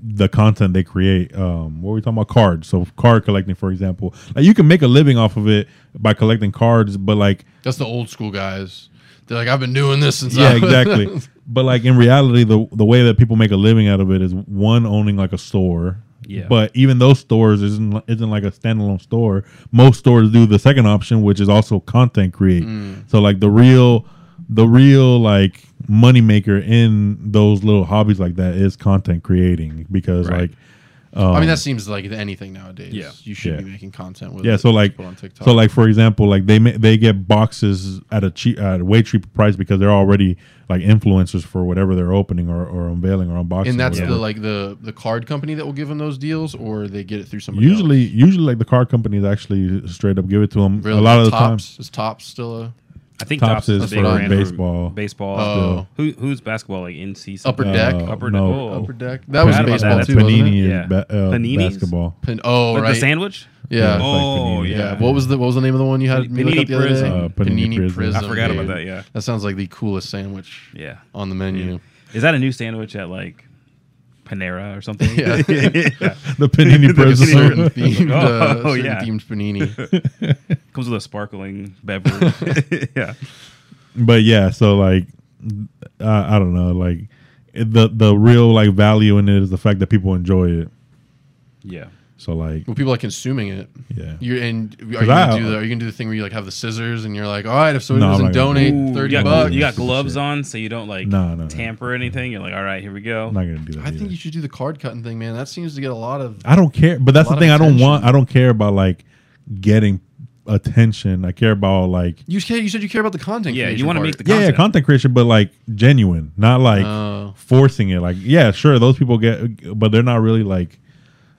the content they create. Um, what were we talking about? Cards. So card collecting, for example, like you can make a living off of it by collecting cards, but like
That's the old school guys. They're like, I've been doing this since.
yeah,
I was-"
[laughs]
exactly. But like in reality, the the way that people make a living out of it is one owning like a store.
Yeah.
But even those stores isn't isn't like a standalone store. Most stores do the second option, which is also content create.
Mm.
So like the real the real like moneymaker in those little hobbies like that is content creating because
Right.
like
[laughs] I mean, that seems like anything nowadays.
Um, Yeah.
You should be
Yeah.
making content with
Yeah,
it,
so like,
people on TikTok.
so like for example, like they ma- they get boxes at a cheap, at a way cheaper price because they're already like influencers for whatever they're opening or, or unveiling or unboxing.
and
or
that's the
whatever.
like the the card company that will give them those deals, or they get it through somebody.
usually
else?
usually like the car companies actually straight up give it to them a lot of the time.
tops is tops still a
I think
Tops
Tops,
is
is a big
for
brand for
baseball.
Baseball.
Oh.
Who who's basketball like NC
upper
something?
deck.
Uh,
upper
no.
oh.
upper deck. That was
forgot about
baseball
that.
too. wasn't
Panini
it?
is
Yeah.
ba- uh,
Paninis?
basketball.
Pan- oh
Like
right.
the sandwich.
yeah.
Yeah.
Oh
Like Panini.
yeah.
yeah. What was the what was the name of the one you had me look
Panini
up the other day?
Prism.
Uh, Panini Prism.
I forgot
dude.
about that. Yeah.
That sounds like the coolest sandwich
Yeah.
on the menu.
Is that a new sandwich at like Panera or something? [laughs]
Yeah.
The
[laughs]
Panini
There's a
prison.
certain themed, uh,
Oh,
certain
yeah.
themed
[laughs]
panini.
Comes with a sparkling beverage. [laughs] yeah.
[laughs] but yeah, so like, I I don't know, like it- the the real like value in it is the fact that people enjoy it.
Yeah.
So like,
Well, people are consuming it.
yeah,
You and are you
'Cause
gonna
I-
do the, are you gonna do the thing where you like have the scissors and you're like, all right, if someone
No, I'm
doesn't
not gonna
donate
do
you
thirty
got,
bucks,
you got
Bucks.
gloves on, so you don't like
No, no, no.
tamper anything. You're like, all right, here we go.
I'm not gonna do that.
I think
either.
you should do the card cutting thing, man. That seems to get a lot of
I don't care, but that's the
A lot
thing.
of
I don't
attention.
want. I don't care about like getting attention. I care about like
You care, you said you care about the content.
yeah, you
creation
want to
part.
make the
yeah, yeah,
content.
content creation, but like genuine, not like
Oh.
forcing it. Like yeah, sure, those people get, but they're not really like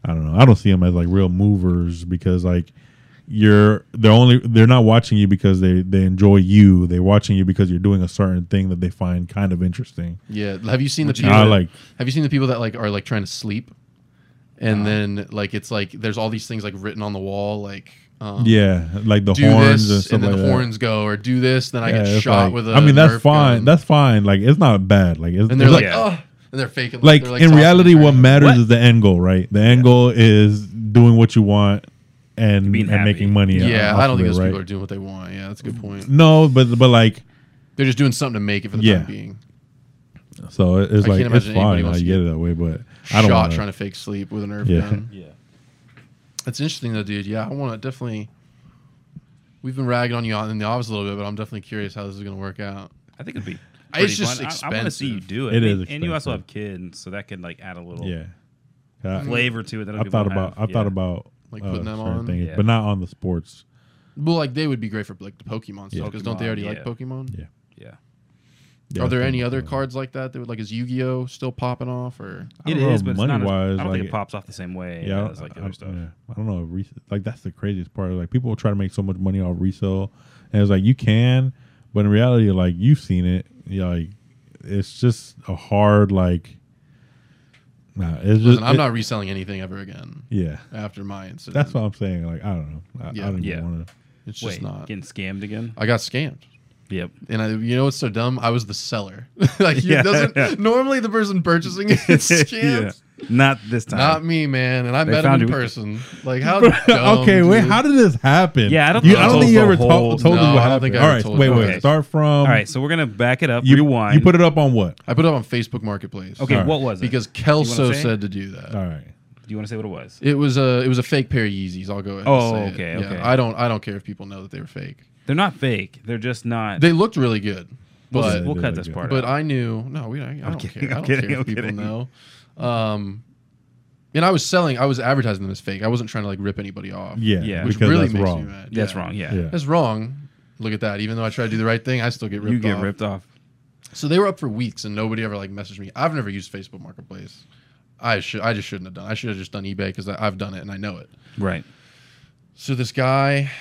I don't know. I don't see them as like real movers because like you're they're only they're not watching you because they they enjoy you. They're watching you because you're doing a certain thing that they find kind of interesting.
yeah. Have you seen the
Would you-
people?
I
that-
like
have you seen the people that like are like trying to sleep, and
Uh-huh.
then like it's like there's all these things like written on the wall like um,
yeah, like the
do
horns and
this
stuff
and, then
like
the
that.
horns go or do this then I
Yeah,
get
it's
shot
like-
with a.
I mean, that's
Nerf
fine.
gun.
That's fine. Like it's not bad. Like it's,
and they're
it's
like
Yeah.
oh and they're faking
like
they're,
in
tossing
reality,
and
what
turning.
matters
What?
is the end goal, right? The end goal is doing what you want and,
Being
and
happy.
making money.
Yeah,
off
I don't
of
think
it,
those
right? Mm.
people are doing what they want. Yeah, that's a good point.
No, but but like
They're just doing something to make it for the
Yeah.
time being.
so it- it's
I
like
can't
it's
imagine anybody
fine. I
wants to
get
get
it that way, but I
Shot
don't want
trying to fake sleep with a Nerf
Yeah.
gun.
[laughs] Yeah.
That's interesting though, dude. Yeah, I want to definitely. We've been ragging on you on- in the office a little bit, but I'm definitely curious how this is going to work out.
I think it'd be.
I- it's
pretty
just
fun. I, I want to see you
expensive.
do
It
it. I
is
mean, and you also have
expensive.
kids, so that can like add a little
yeah. I,
flavor to it. That
I thought about I thought about uh,
Like putting them
certain
on?
things,
Yeah.
but not on the sports.
Well, like they would be great for like the Pokemon
Yeah.
stuff because don't they already
Pokemon,
like
yeah.
Pokemon?
Yeah.
Yeah.
Yeah,
Are there
so-
any other cards like that that would like is Yu Gi Oh still popping off or?
I
It
don't know
is,
if
but it's not as-
money-wise,
I don't think
like,
it pops off the same way
Yeah, I
as
don't-
like
I,
other
don't-
stuff.
yeah. I don't know. If res- like that's the craziest part. Like people try to make so much money off resale, and it's like you can, but in reality, like you've seen it. You know, like it's just a hard like. Nah, it's just.
Listen, I'm
it-
not reselling anything ever again
Yeah,
after my incident.
that's what I'm saying. Like I don't know. I,
Yeah.
I don't
Yeah.
even want to.
It's just
Wait,
not.
getting scammed again?
I got scammed.
Yep.
And I, you know what's so dumb? I was the seller. [laughs] like you
Yeah.
[laughs]
doesn't normally the person purchasing it
[laughs]
is scammed.
Not this time.
Not me, man. And I
They
met
found
him in
you.
person. Like
[laughs]
how? [laughs]
[laughs]
dumb,
okay, wait.
dude.
How did this happen?
Yeah, I don't
You,
think
I don't
I
think you
told
ever
the
to-
whole-
told me what
No, I don't
happened.
think I
All
ever
right,
told
wait,
you.
wait.
Okay.
Start from.
All right, so we're gonna back it up.
Um, you,
rewind.
You put it up on what?
I put it on Facebook Marketplace.
okay,
All right.
what was it?
Because Kelso
say?
said to do that.
All right.
do you want to say what it was?
It was a it was a fake pair of Yeezys. I'll go ahead. and
Oh,
say it.
okay,
Yeah,
okay.
I don't I don't care if people know that they were fake.
They're not fake. They're just not.
They looked really good,
we'll
but
we'll
Yeah,
cut
they're
this
good.
part.
but
out.
I knew no we don't, I don't care.
kidding,
I
I'm
don't
kidding,
care
I'm
if people
kidding.
know. Um, and I was selling. I was advertising them as fake. I wasn't trying to like rip anybody off.
Yeah.
Yeah.
which
because
really
that's
makes
wrong.
me mad.
that's
Yeah.
wrong. Yeah,
Yeah.
That's wrong. Look at that. Even though I try to do the right thing, I still get ripped.
you get
off.
ripped off.
So they were up for weeks, and nobody ever like messaged me. I've never used Facebook Marketplace. I should. I just shouldn't have done. I should have just done eBay because I've done it and I know it.
Right.
So this guy,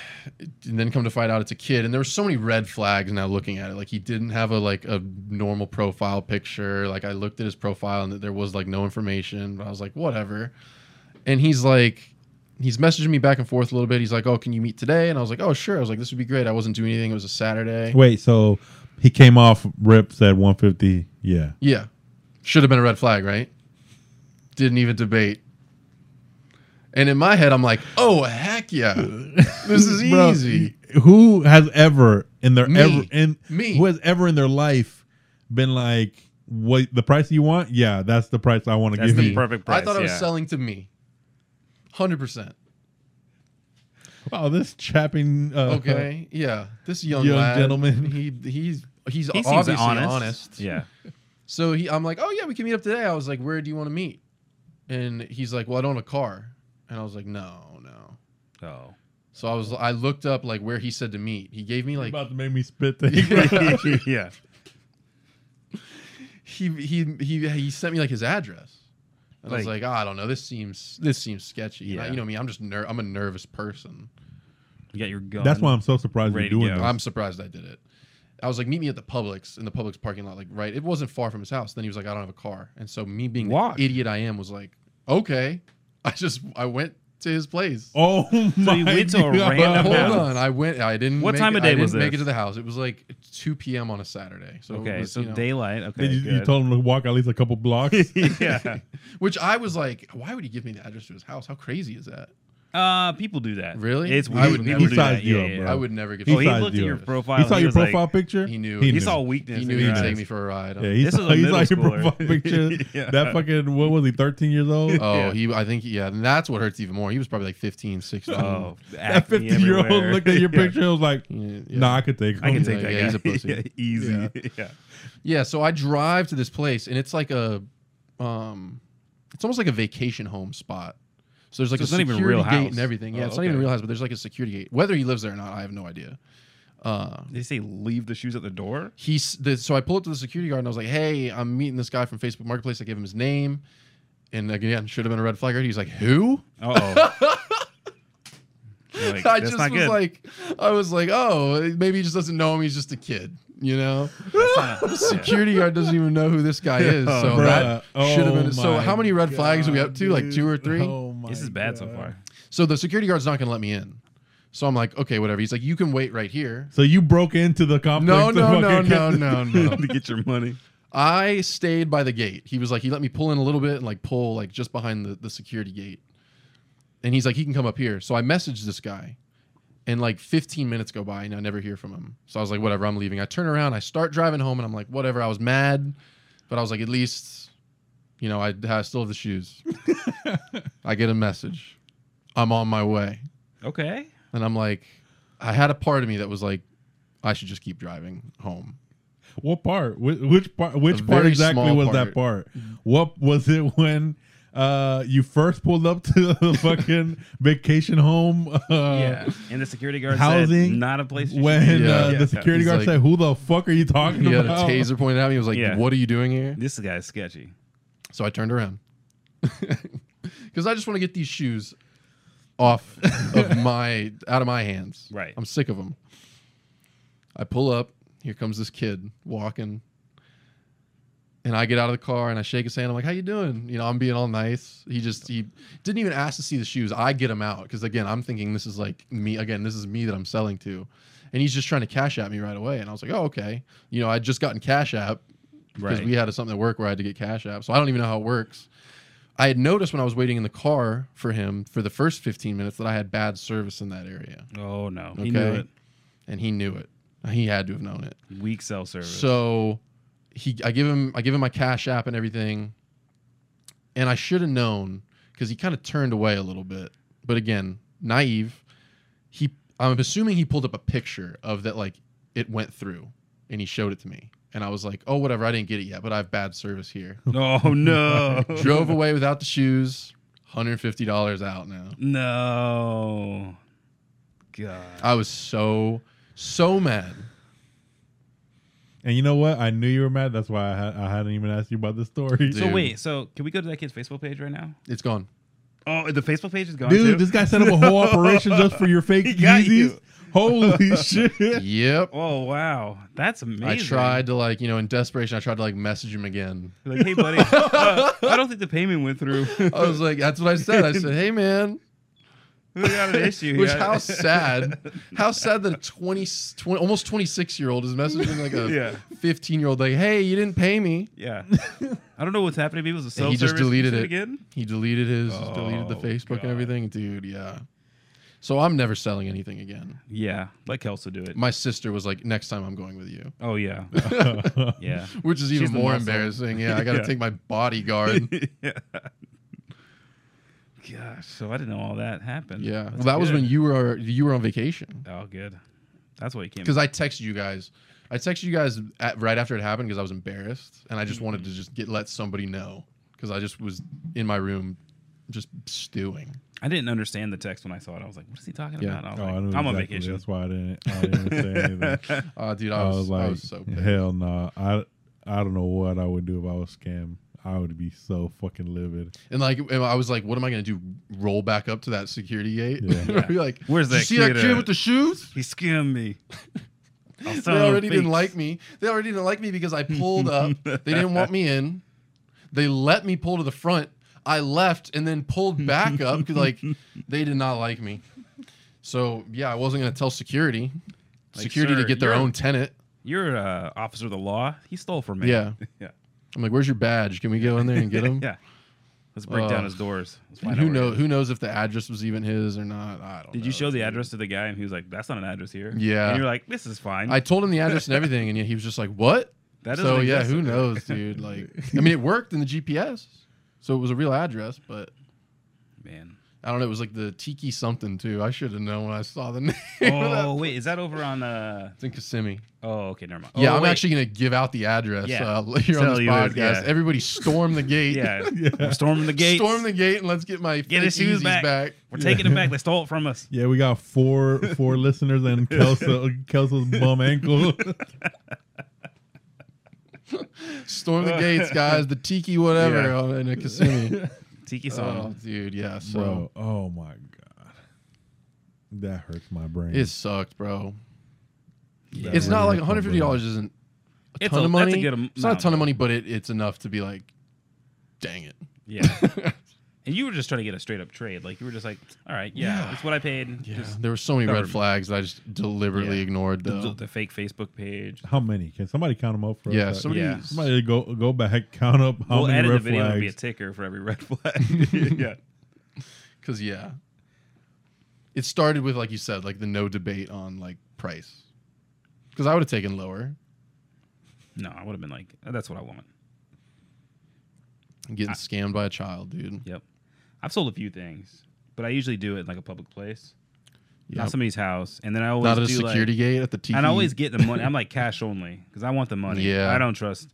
and then come to find out it's a kid, and there were so many red flags. Now looking at it, like he didn't have a like a normal profile picture. Like I looked at his profile, and there was like no information. But I was like, whatever. And he's like, he's messaging me back and forth a little bit. He's like, oh, can you meet today? And I was like, oh, sure. I was like, this would be great. I wasn't doing anything. It was a Saturday.
Wait, so he came off rips at 150. Yeah.
Yeah. Should have been a red flag, right? Didn't even debate. And in my head, I'm like, oh, heck yeah. This is
[laughs] Bro,
easy.
Who has ever in their
Me.
ever in
Me.
who has ever in their life been like what the price you want? Yeah, that's the price I want to
That's
give
the
you.
perfect price.
I thought I was
yeah.
selling to me.
[laughs]
100%.
wow, Oh, this chapping uh, [laughs]
Okay. Yeah. This young,
Young
lad,
gentleman.
He, he's he's
He seems
obviously [laughs]
honest.
honest.
Yeah.
So he, I'm like, oh, yeah, we can meet up today. I was like, where do you want to meet? and he's like, "Well, I don't own a car," and I was like, "No, no."
Oh.
So I was I looked up like where he said to meet. He gave me like
about to make me spit the
[laughs]
[laughs]
yeah.
he he he he sent me like his address. And I was
Like-
like, "Ah, I don't know. This seems this seems sketchy. And I-
Yeah.
you know me. I'm just ner- I'm a nervous person.
You got your gun.
That's why I'm so surprised
Ready
you're
to
doing
go.
this.
I'm surprised I did it. I was like, meet me at the Publix in the Publix parking lot, like right. It wasn't far from his house. Then he was like, I don't have a car, and so me being
Walk.
the idiot I am was like, okay. [laughs] I just I went to his place.
[laughs]
oh my!
you went to a
God.
random
Hold
house.
on, I went. I didn't.
What
make
time
it,
of day
I didn't
was
Make it
this?
to the house. It was like 2 p.m. on a Saturday. So it
Okay,
was,
so
you know-
daylight. Okay.
Did you, you
good.
told him to walk at least a couple blocks.
[laughs] yeah.
which I was like, why would he give me the address to his house? How crazy is that?
Uh, people do that.
Really?
It's
I
weird.
would
people
never
do
do
that.
that. you
Yeah,
up,
yeah,
bro.
yeah.
I would never get.
He
Oh, he
sized
looked at
you
your
up.
profile.
he saw your
was like-
profile picture.
He knew.
He
He,
knew.
He saw weakness.
he
in
knew
your
he'd
Yeah.
take
eyes.
me for a ride.
Yeah, he
This
saw,
is a
he saw
middle
your
schooler.
[laughs]
profile picture.
Yeah.
That fucking what was he? Thirteen years old. Uh,
Oh,
Yeah.
he. I think. Yeah, and that's what hurts even more. He was probably like 15, 16.
Oh,
that
acne
fifty-year-old
everywhere.
looked
[laughs]
at your
[laughs] Yeah.
picture. and was like,
Yeah, yeah.
"Nah, I could take.
I can
him." [laughs]
take
Yeah,
that
yeah,
guy.
he's a pussy.
[laughs] Yeah, easy. Yeah.
Yeah. Yeah, so I drive to this place, and it's like a, um, it's almost like a vacation home spot. So there's like
So
a
it's not even
security
a real
gate
house.
and everything. Yeah,
Oh,
it's not even a
okay.
real house, but there's like a security gate. Whether he lives there or not, I have no idea. Uh,
They say leave the shoes at the door.
he's the, so I pull up to the security guard and I was like, "Hey, I'm meeting this guy from Facebook Marketplace." I gave him his name, and again, should have been a red flag. already. He's like, "Who?"
Oh.
I
[laughs] that's
just was
not good.
like, I was like, "Oh, maybe he just doesn't know him. He's just a kid," you know. [laughs]
That's not-
security guard doesn't even know who this guy is. So
Bruh.
that should have been.
Oh
So
my
how many red flags are we
God,
up to? Like two or
dude.
three.
Oh my
this is bad so
God.
far.
So the security guard's not going to let me in. So I'm like, okay, whatever. He's like, you can wait right here.
So you broke into the complex.
No,
to
no, no,
fucking
no,
get-
no, no.
[laughs] to get your money.
I stayed by the gate. He was like, he let me pull in a little bit and like pull like just behind the, the security gate. And he's like, he can come up here. So I messaged this guy and like 15 minutes go by and I never hear from him. So I was like, whatever, I'm leaving. I turn around, I start driving home and I'm like, whatever. I was mad, but I was like, at least, you know, I, I still have the shoes. [laughs] I get a message. I'm on my way.
Okay.
And I'm like, I had a part of me that was like, I should just keep driving home.
[laughs] What part? Which, which part? Which
A
part
very
exactly
small
was that part? What was it when uh, you first pulled up to [laughs] the fucking vacation home? Uh,
yeah. And the security guard said,
housing
not a place. You
When
should be.
uh,
Yeah.
the security
He's
guard
like-
said, "Who the fuck are you talking
He
[laughs]
had a
about?"
taser pointed at me. He was like,
Yeah.
what are you doing here?
[laughs] This guy's sketchy.
So I turned around [laughs] because I just want to get these shoes off of my out of my hands.
Right.
I'm sick of them. I pull up. Here comes this kid walking, and I get out of the car and I shake his hand. I'm like, "How you doing?" You know, I'm being all nice. He just he didn't even ask to see the shoes. I get him out because again, I'm thinking this is like me. Again, this is me that I'm selling to, and he's just trying to cash at me right away. And I was like, "Oh, okay." You know, I'd just gotten cash app because
Right.
we had something at work where I had to get Cash App. So I don't even know how it works. I had noticed when I was waiting in the car for him for the first 15 minutes that I had bad service in that area.
oh no.
Okay.
He knew it.
And he knew it. He had to have known it.
Weak cell service.
So he I give him I give him my Cash App and everything. And I should have known because he kind of turned away a little bit. But again, naive. He I'm assuming he pulled up a picture of that like it went through and he showed it to me. And I was like, oh whatever, I didn't get it yet, but I have bad service
[laughs]
here.
[laughs] oh [laughs] no.
drove away without the shoes. Hundred fifty dollars out now.
No. God.
I was so so mad.
And you know what? I knew you were mad. That's why I, had, I hadn't even asked you about the story.
Dude.
So wait, so can we go to that kid's Facebook page right now?
It's
[laughs]
gone.
Oh, the Facebook page is gone
Dude,
too.
this guy set up a whole operation just for your fake
[laughs] He got
Yeezys.
you. [laughs]
Holy shit!
Yep.
oh wow, that's amazing.
I tried to like you know in desperation I tried to like message him again.
Like, hey [laughs] buddy, uh, I don't think the payment went through. [laughs]
I was like, that's what I said. I said, hey man.
we got an issue.
Which
here.
how sad, how sad that a 20, 20 almost twenty six year old is messaging like
[laughs] Yeah.
a fifteen year old like, hey, you didn't pay me.
Yeah. I don't know what's happening. Maybe it was a
And
self
he just deleted it.
again.
He deleted his, deleted the
Oh,
Facebook
God.
and everything, dude. Yeah. So I'm never selling anything again.
Yeah, let Kelso do it.
My sister was like, next time I'm going with you. [laughs]
Oh yeah, yeah.
Which is
She's
even
the
more
muscle.
embarrassing. Yeah, I got to
[laughs] Yeah.
take my
[laughs]
bodyguard.
[laughs] yeah. Gosh, so I didn't know all that happened.
Yeah, well,
That's
that was
good.
when you were you were on vacation
Oh, good. That's why you came.
because I texted you guys.
Mm-hmm.
I texted you guys at, right after it happened because I was embarrassed and I just wanted to just get let somebody know. because I just was in my room, just stewing.
I didn't understand the text when I saw it. I was like, "What is he talking
Yeah.
about?" I was
Oh, I
like,
knew
"I'm on
exactly.
vacation."
That's why I didn't. I didn't say
[laughs]
anything.
Uh, dude, I
I
was,
was like,
I was
[laughs]
so pissed.
hell no. I I don't know what I would do if I was scammed. I would be so fucking livid.
And like, and I was like, what am I gonna do? Roll back up to that security gate?
Yeah.
Be [laughs] like,
Where's
"Did you
that
See that
kid
kid
at?"
with the shoes?
He scammed
[laughs]
me. Oh, I'll
They
sell him
already didn't
fakes.
like me. They already didn't like me because I pulled up. they didn't want me in. They let me pull to the front. I left and then pulled back up because like they did not like me. So yeah, I wasn't gonna tell security.
Like,
security to
"Sir,
get their
you're-
own tenant.
You're uh, officer of the law. He stole from me.
Yeah.
[laughs] yeah,
I'm like, where's your badge? Can we go in there
[laughs]
and get him?
yeah. Let's break
Ugh.
down his doors. Let's
And
find
who
out where he
knows?
is.
Who knows if the address was even his or not? I don't.
Did
know,
you show the
dude.
address to the guy and he was like, "That's not an address here."
Yeah.
and you're like, "This is fine."
I told him the address and everything, and yet he was just like, "What?"
That
so
doesn't
yeah,
exist.
who knows, dude?
[laughs]
Like, I mean, it worked in the GPS, so it was a real address, but [laughs]
Man.
I don't know. It was like the Tiki something too. I should have known when I saw the [laughs] name.
Oh wait, is that over on? uh
It's in Kissimmee.
Oh okay, never mind.
yeah,
Oh,
I'm
wait.
actually gonna give out the address
Yeah.
uh, [laughs] here on
Tell
this
you
podcast.
it, yeah.
Everybody storm
[laughs]
the gate.
Yeah, we're storming the gates.
[laughs] storm the gate and let's get my
Get
fake
his shoes
Yeezys
back. We're taking it back. They stole it from us.
Yeah, we got four four [laughs] listeners and Kelso Kelso's bum ankle. [laughs]
Storm
[laughs]
the gates, guys. The Tiki whatever
Yeah.
on, in a
[laughs]
Kissimmee.
Tiki song.
oh, dude, yeah. So
Bro, oh my god, that hurts my brain.
it sucked, bro.
That
it's not
really
like 150 dollars isn't a
It's
ton
a-
of money.
that's a good am-
it's not a ton
amount,
of money, but it, it's enough to be like, dang it.
Yeah.
[laughs]
and you were just trying to get a straight up trade. Like you were just like, all right, yeah,
Yeah.
it's what I paid.
Yeah,
Just
there were so many red
covered me.
flags that I just deliberately
Yeah.
ignored.
the,
Though.
the fake Facebook page.
How many? Can somebody count them up for
yeah,
us?
somebody,
Yeah.
somebody go go back, count up how
we'll
many
edit the
red
video. It'll be a
flags.
ticker for
[laughs]
every red flag. [laughs] yeah.
because yeah, it started with like you said, like the no debate on like price. Because I would have taken lower,
No, I would have been like, "Oh, that's what I want.
getting scammed by a child, dude.
Yep. I've sold a few things, but I usually do it in like a public place,
Yep.
not somebody's house, and then I always
Not at a
do like-
security gate at the TV.
and
[laughs]
I always get the money. I'm like cash only because I want the money.
Yeah.
I don't trust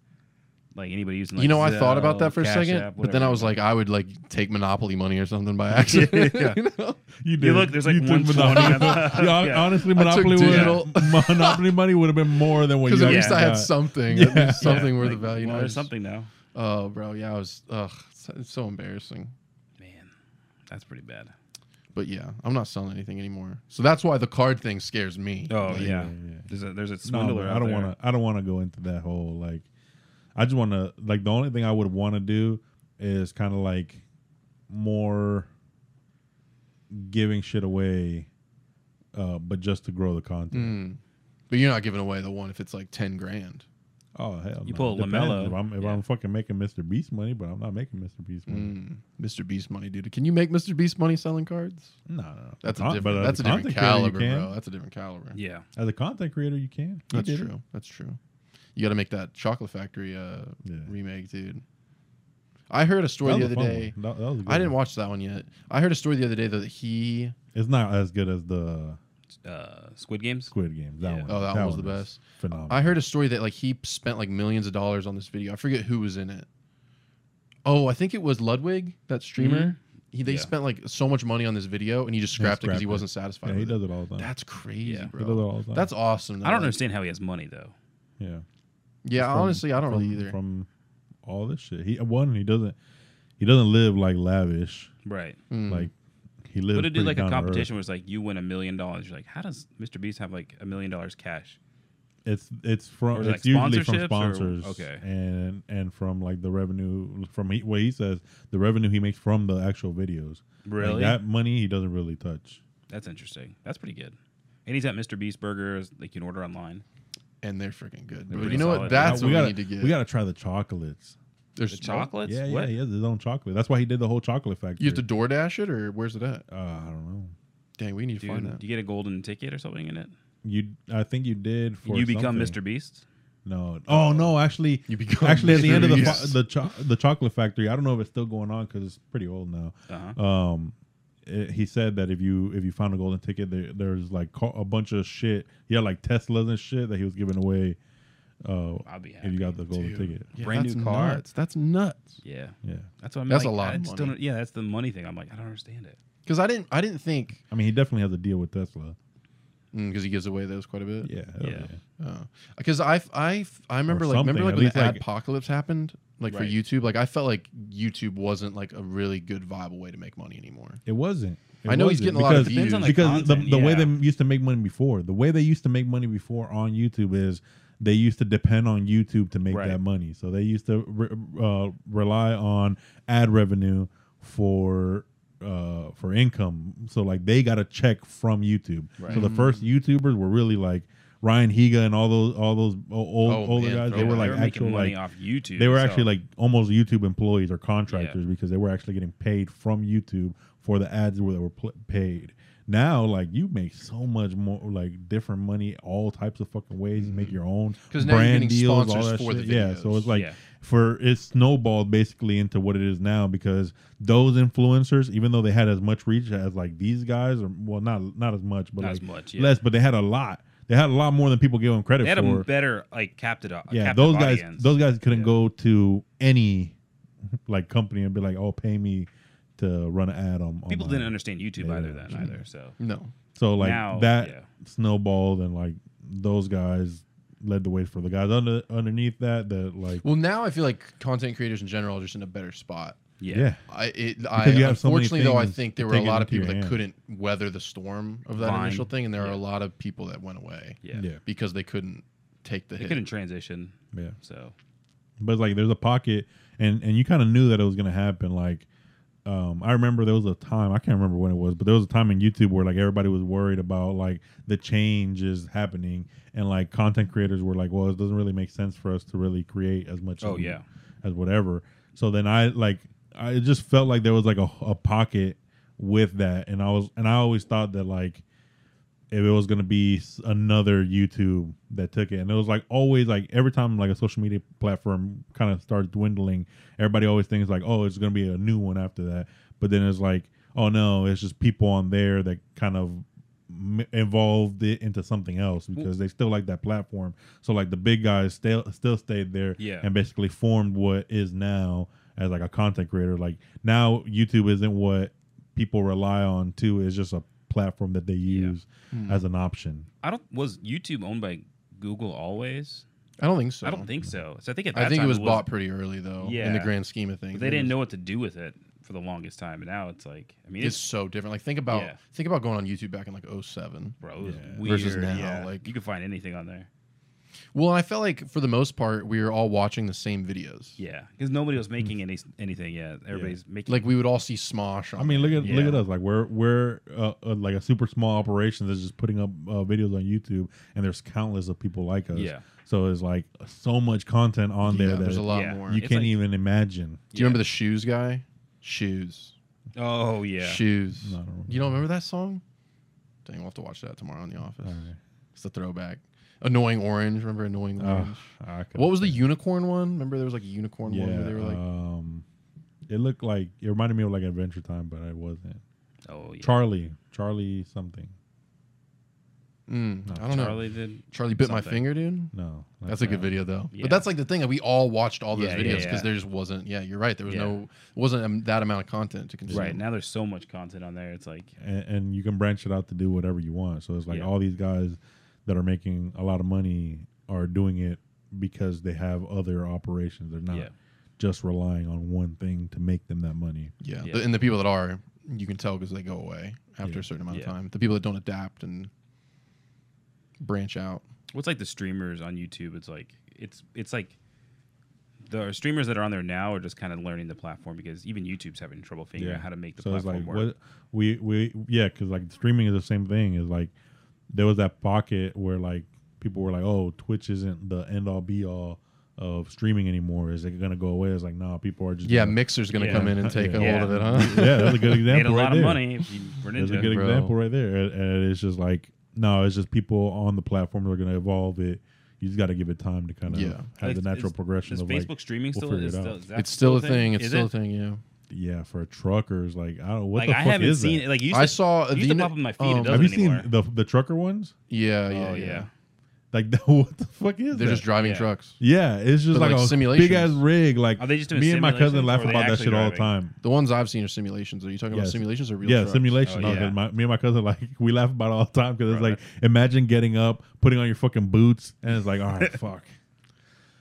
like anybody using. Like,
you know, I thought
Zelle,
about that for a
Cash
second,
App,
but then
whatever.
I was like, I would like take Monopoly money or something by accident. [laughs]
[laughs] Yeah.
you know?
did.
You look, there's like
You took
120 [laughs]
Monopoly.
on the-
Yeah,
Yeah.
Honestly,
I took
Monopoly
digital.
would [laughs] Monopoly money would have been more than
[laughs]
what
Because
you
at
actually
least I had
got.
something,
[laughs]
at
Yeah.
least something
Yeah,
worth
like,
of value.
well,
Now I
there's
just-
something now.
Oh, bro, yeah, I was. Ugh, it's- it's so embarrassing.
Man, that's pretty bad.
But yeah, I'm not selling anything anymore. So that's why the card thing scares me.
Oh
Like,
yeah.
yeah, yeah.
there's a there's a
No,
swindler.
man,
out
I don't
there.
want to. I don't want to go into that whole like. I just want to like the only thing I would want to do is kind of like more giving shit away, uh, but just to grow the content.
Mm. But you're not giving away the one if it's like ten grand.
Oh hell,
You
no.
pull a
Depends
LaMelo.
If I'm if
Yeah.
I'm fucking making Mr. Beast money, but I'm not making Mr. Beast money.
Mm. Mr. Beast money, dude. Can you make Mr. Beast money selling cards?
No, no, no.
That's a
Con-
different.
but as
that's a different
content creator, you
caliber,
can.
bro. That's a different caliber.
Yeah,
As a content creator, you can. You
that's
did it.
true. That's true. You got to make that Chocolate Factory uh,
Yeah.
remake, dude. I heard a story
That
the
was
other
a fun
day.
one. That- that was a good
I didn't
one.
watch that one yet. I heard a story the other day though that he
It's not as good as the
uh, Squid Games.
Squid Games. That
Yeah.
one.
Oh, that, one was the
is
best.
Phenomenal.
I heard a story that like he spent like millions of dollars on this video. I forget who was in it. Oh, I think it was Ludwig, that streamer.
Mm-hmm.
Mm-hmm.
He they
Yeah.
spent like so much money on this video and he just
And
scrapped it because
scrapped
he
it.
wasn't satisfied.
Yeah, he
with
does it all the time.
it. That's crazy,
Yeah.
He
He
does it
bro.
all the time.
That's awesome.
I
though.
don't understand how he has money though.
yeah.
Yeah,
from-
honestly, I don't
from,
really either.
From all this shit, he one he doesn't he doesn't live like lavish.
Right.
Mm.
Like he lives.
But it did
pretty
like
down
a
to earth.
competition where it's like you win a million dollars. You're like, how does Mr. Beast have like a million dollars cash?
It's it's
Or,
from
like,
it's usually from
sponsorships or-
sponsors.
okay.
and and from like the revenue from he, what he says the revenue he makes from the actual videos. Like, that money he doesn't really touch.
That's interesting. That's pretty good. And he's at Mr. Beast Burgers. They can order online.
and they're freaking good. Bro.
pretty
You know what?
solid.
That's
Uh,
what we
gotta,
need to get.
We gotta try the chocolates.
There's
The chocolates?
yeah, yeah,
what?
he has his own chocolate. That's why he did the whole chocolate factory.
You have to DoorDash it or where's it at?
Uh, I don't know.
Dang, we need to
Dude,
find that.
do you get a golden ticket or something in it?
You, I think you did for
you become
something.
Mr. Beast?
No. Oh no, actually,
You become
actually at the end of the
Mr.
fa- the cho- the chocolate factory. I don't know if it's still going on because it's pretty old now.
Uh-huh.
Um, it- he said that if you if you found a golden ticket, there, there's like ca- a bunch of shit. He had like Teslas and shit that he was giving away Uh,
I'll be happy.
if you got the golden
Dude.
ticket,
Yeah,
Brand
that's
new car.
Nuts. That's nuts.
yeah,
yeah.
that's what I'm.
That's
like,
a lot
I
of
just
money.
Don't, yeah, that's the money thing. I'm like, I don't understand it.
Because I didn't. I didn't think
I mean, he definitely has a deal with Tesla.
because he gives away those quite a bit.
Yeah, hell
Yeah.
Because Oh. I, f- I, f- I remember like
something,
remember like
at
when
least,
the
like-
apocalypse happened, like for
Right.
YouTube, like I felt like YouTube wasn't like a really good viable way to make money anymore.
It wasn't. It
I know he's
wasn't
getting a lot of
because-
views.
Depends on, like,
because the,
content,
the way they
yeah.
used to make money before, the way they used to make money before on YouTube is they used to depend on YouTube to make
Right.
that money. So they used to re, uh, rely on ad revenue for uh, for income. So like they got a check from YouTube.
Right. Mm-hmm.
So the first YouTubers were really like Ryan Higa and all those all those o- old
Oh,
older
man,
guys. They
throwback.
were like
they were
actual
making money
like
off YouTube.
they were
so-
actually like almost YouTube employees or contractors because they were actually getting paid from YouTube for the ads where they were pl- paid. Now, like you make so much more, like different money, all types of fucking ways. You make your own
'Cause now you're
brand
getting
deals, all
sponsors
that
for the
shit. Yeah,
videos.
so it's like
Yeah.
for it snowballed basically into what it is now because those influencers, even though they had as much reach as like these guys, or well, not not as much, but
Not
like,
as much, yeah.
less, but they had a lot. They had a lot more than people give them credit
they had
for
a better like captive. uh,
yeah
captive
those guys
audience.
those guys couldn't
Yeah.
go to any [laughs] like company and be like oh pay me to run an ad on
People
online."
didn't understand YouTube
They
either
didn't
then
understand.
either. So
No,
so like
Now,
that
yeah.
snowballed and like those guys led the way for the guys under underneath that that like
well now I feel like content creators in general are just in a better spot.
yeah,
yeah,
I, it, I
you have so many
unfortunately though I
things
think
to
there were a
take it
lot of
into your
people that
hand.
couldn't weather the storm of that
Vine.
initial thing, and there are
Yeah.
a lot of people that went away
yeah,
yeah
because they couldn't take the
They
hit.
couldn't transition.
yeah
So
but like there's a pocket and and you kind of knew that it was going to happen like um, I remember there was a time I can't remember when it was, but there was a time in YouTube where like everybody was worried about like the change is happening, and like content creators were like, "Well, it doesn't really make sense for us to really create as much."
Oh,
as, we-
yeah.
as whatever. So then I like I just felt like there was like a, a pocket with that, and I was and I always thought that like if it was going to be s- another YouTube that took it. And it was like always like every time like a social media platform kind of starts dwindling, everybody always thinks like, oh, it's going to be a new one after that. But then it's like, oh no, it's just people on there that kind of m- evolved it into something else because they still like that platform. So like the big guys still still stayed there
Yeah.
and basically formed what is now as like a content creator. Like now YouTube isn't what people rely on too. It's just a platform that they use
Hmm.
as an option.
I don't was YouTube owned by Google always.
I don't think so.
I don't think so. So I think at that
I think
time
it was bought pretty early though. In the
Yeah.
grand scheme of things,
They
It
didn't
was-
know what to do with it for the longest time, and now it's like I mean,
It's
it's,
so different. Like think about
Yeah.
think about going on YouTube back in like 07.
bro, it was
Yeah.
weird.
Versus now,
yeah.
like-
you can find anything on there.
Well, I felt like for the most part we were all watching the same videos.
Yeah, because nobody was
Mm.
making any anything yet. Everybody's making
Like we would all see Smosh. On
I mean, look at
Yeah.
look at us. Like we're we're uh, uh, like a super small operation that's just putting up uh, videos on YouTube, and there's countless of people like us.
Yeah.
So it's like so much content on
there.
there that
there's a lot
Yeah.
more.
you
It's
can't
like-
even imagine.
Do you remember the shoes guy? Shoes.
oh yeah,
Shoes.
No, I don't remember.
you don't remember that song? Dang, we'll have to watch that tomorrow in the office.
All right.
It's a throwback. Annoying Orange. Remember Annoying Orange?
I could-
what was the unicorn one? Remember there was like a unicorn
Yeah.
one where they were like
um, it looked like it reminded me of like Adventure Time, but it wasn't.
oh yeah.
Charlie, Charlie something.
Mm,
uh,
I don't know.
Charlie did.
Charlie bit my
something.
finger, dude.
No, not
That's a good
that.
video though.
Yeah.
But that's like the thing. We all watched all those
Yeah, yeah,
videos because
yeah.
there just wasn't. Yeah, you're right. There was
Yeah.
no wasn't um, that amount of content to consume.
Right now, there's so much content on there. It's like
and, and you can branch it out to do whatever you want. So it's like
Yeah.
all these guys that are making a lot of money are doing it because they have other operations. They're not
Yeah.
just relying on one thing to make them that money.
Yeah.
Yeah.
The- and the people that are, you can tell because they go away after a certain amount
Yeah.
of time. The people that don't adapt and branch out.
what's like the streamers on YouTube? It's like it's it's like the streamers that are on there now are just kind of learning the platform because even YouTube's having trouble figuring out how to make the
so it's
platform
like
work.
what we we yeah, because like streaming is the same thing. Is like there was that pocket where like people were like, oh, Twitch isn't the end all be all of streaming anymore. Is it gonna go away? It's like nah, people are just
Yeah,
gonna-
Mixer's gonna
Yeah.
come in
[laughs]
and take a
Yeah.
hold of it, huh?
[laughs] yeah, that's a good example.
[laughs] Made a
right
lot
there.
of money if you were
That's a
ninja.
good
Bro.
example right there. And, and it's just like, no, it's just people on the platform that are going to evolve it. You just got to give it time to kind of
Yeah.
have the
Is-
natural
is-
progression
Is
of
Facebook
like,
streaming
we'll
still?
figure
is
it
still
out.
is that
It's still a thing. It's
Is
still
it?
a thing. Yeah.
yeah, for truckers, like I don't what
Like
the
I
fuck
haven't
is
seen
that?
it. Like it used
I
to,
saw
it used
the
to
uni-
pop up my feed.
um,
it
Have
doesn't
you
anymore.
seen the the trucker ones?
Yeah. Yeah.
Oh,
yeah.
yeah.
Like, [laughs] what the fuck is
They're
that?
just driving
Yeah.
trucks.
yeah, it's just
They're
like,
like
a
simulations.
big ass rig. Like,
Are they just doing
me and my cousin
simulations
laugh
or are they
about that
actually
shit all the
driving?
time.
The ones I've seen are simulations. Are you talking about
Yes.
simulations or real
yeah,
trucks?
simulation.
Oh,
Okay,
yeah.
my, me and my cousin like [laughs] we laugh about it all the time because it's
Right.
like imagine getting up, putting on your fucking boots, and it's like, all
[laughs]
right, fuck.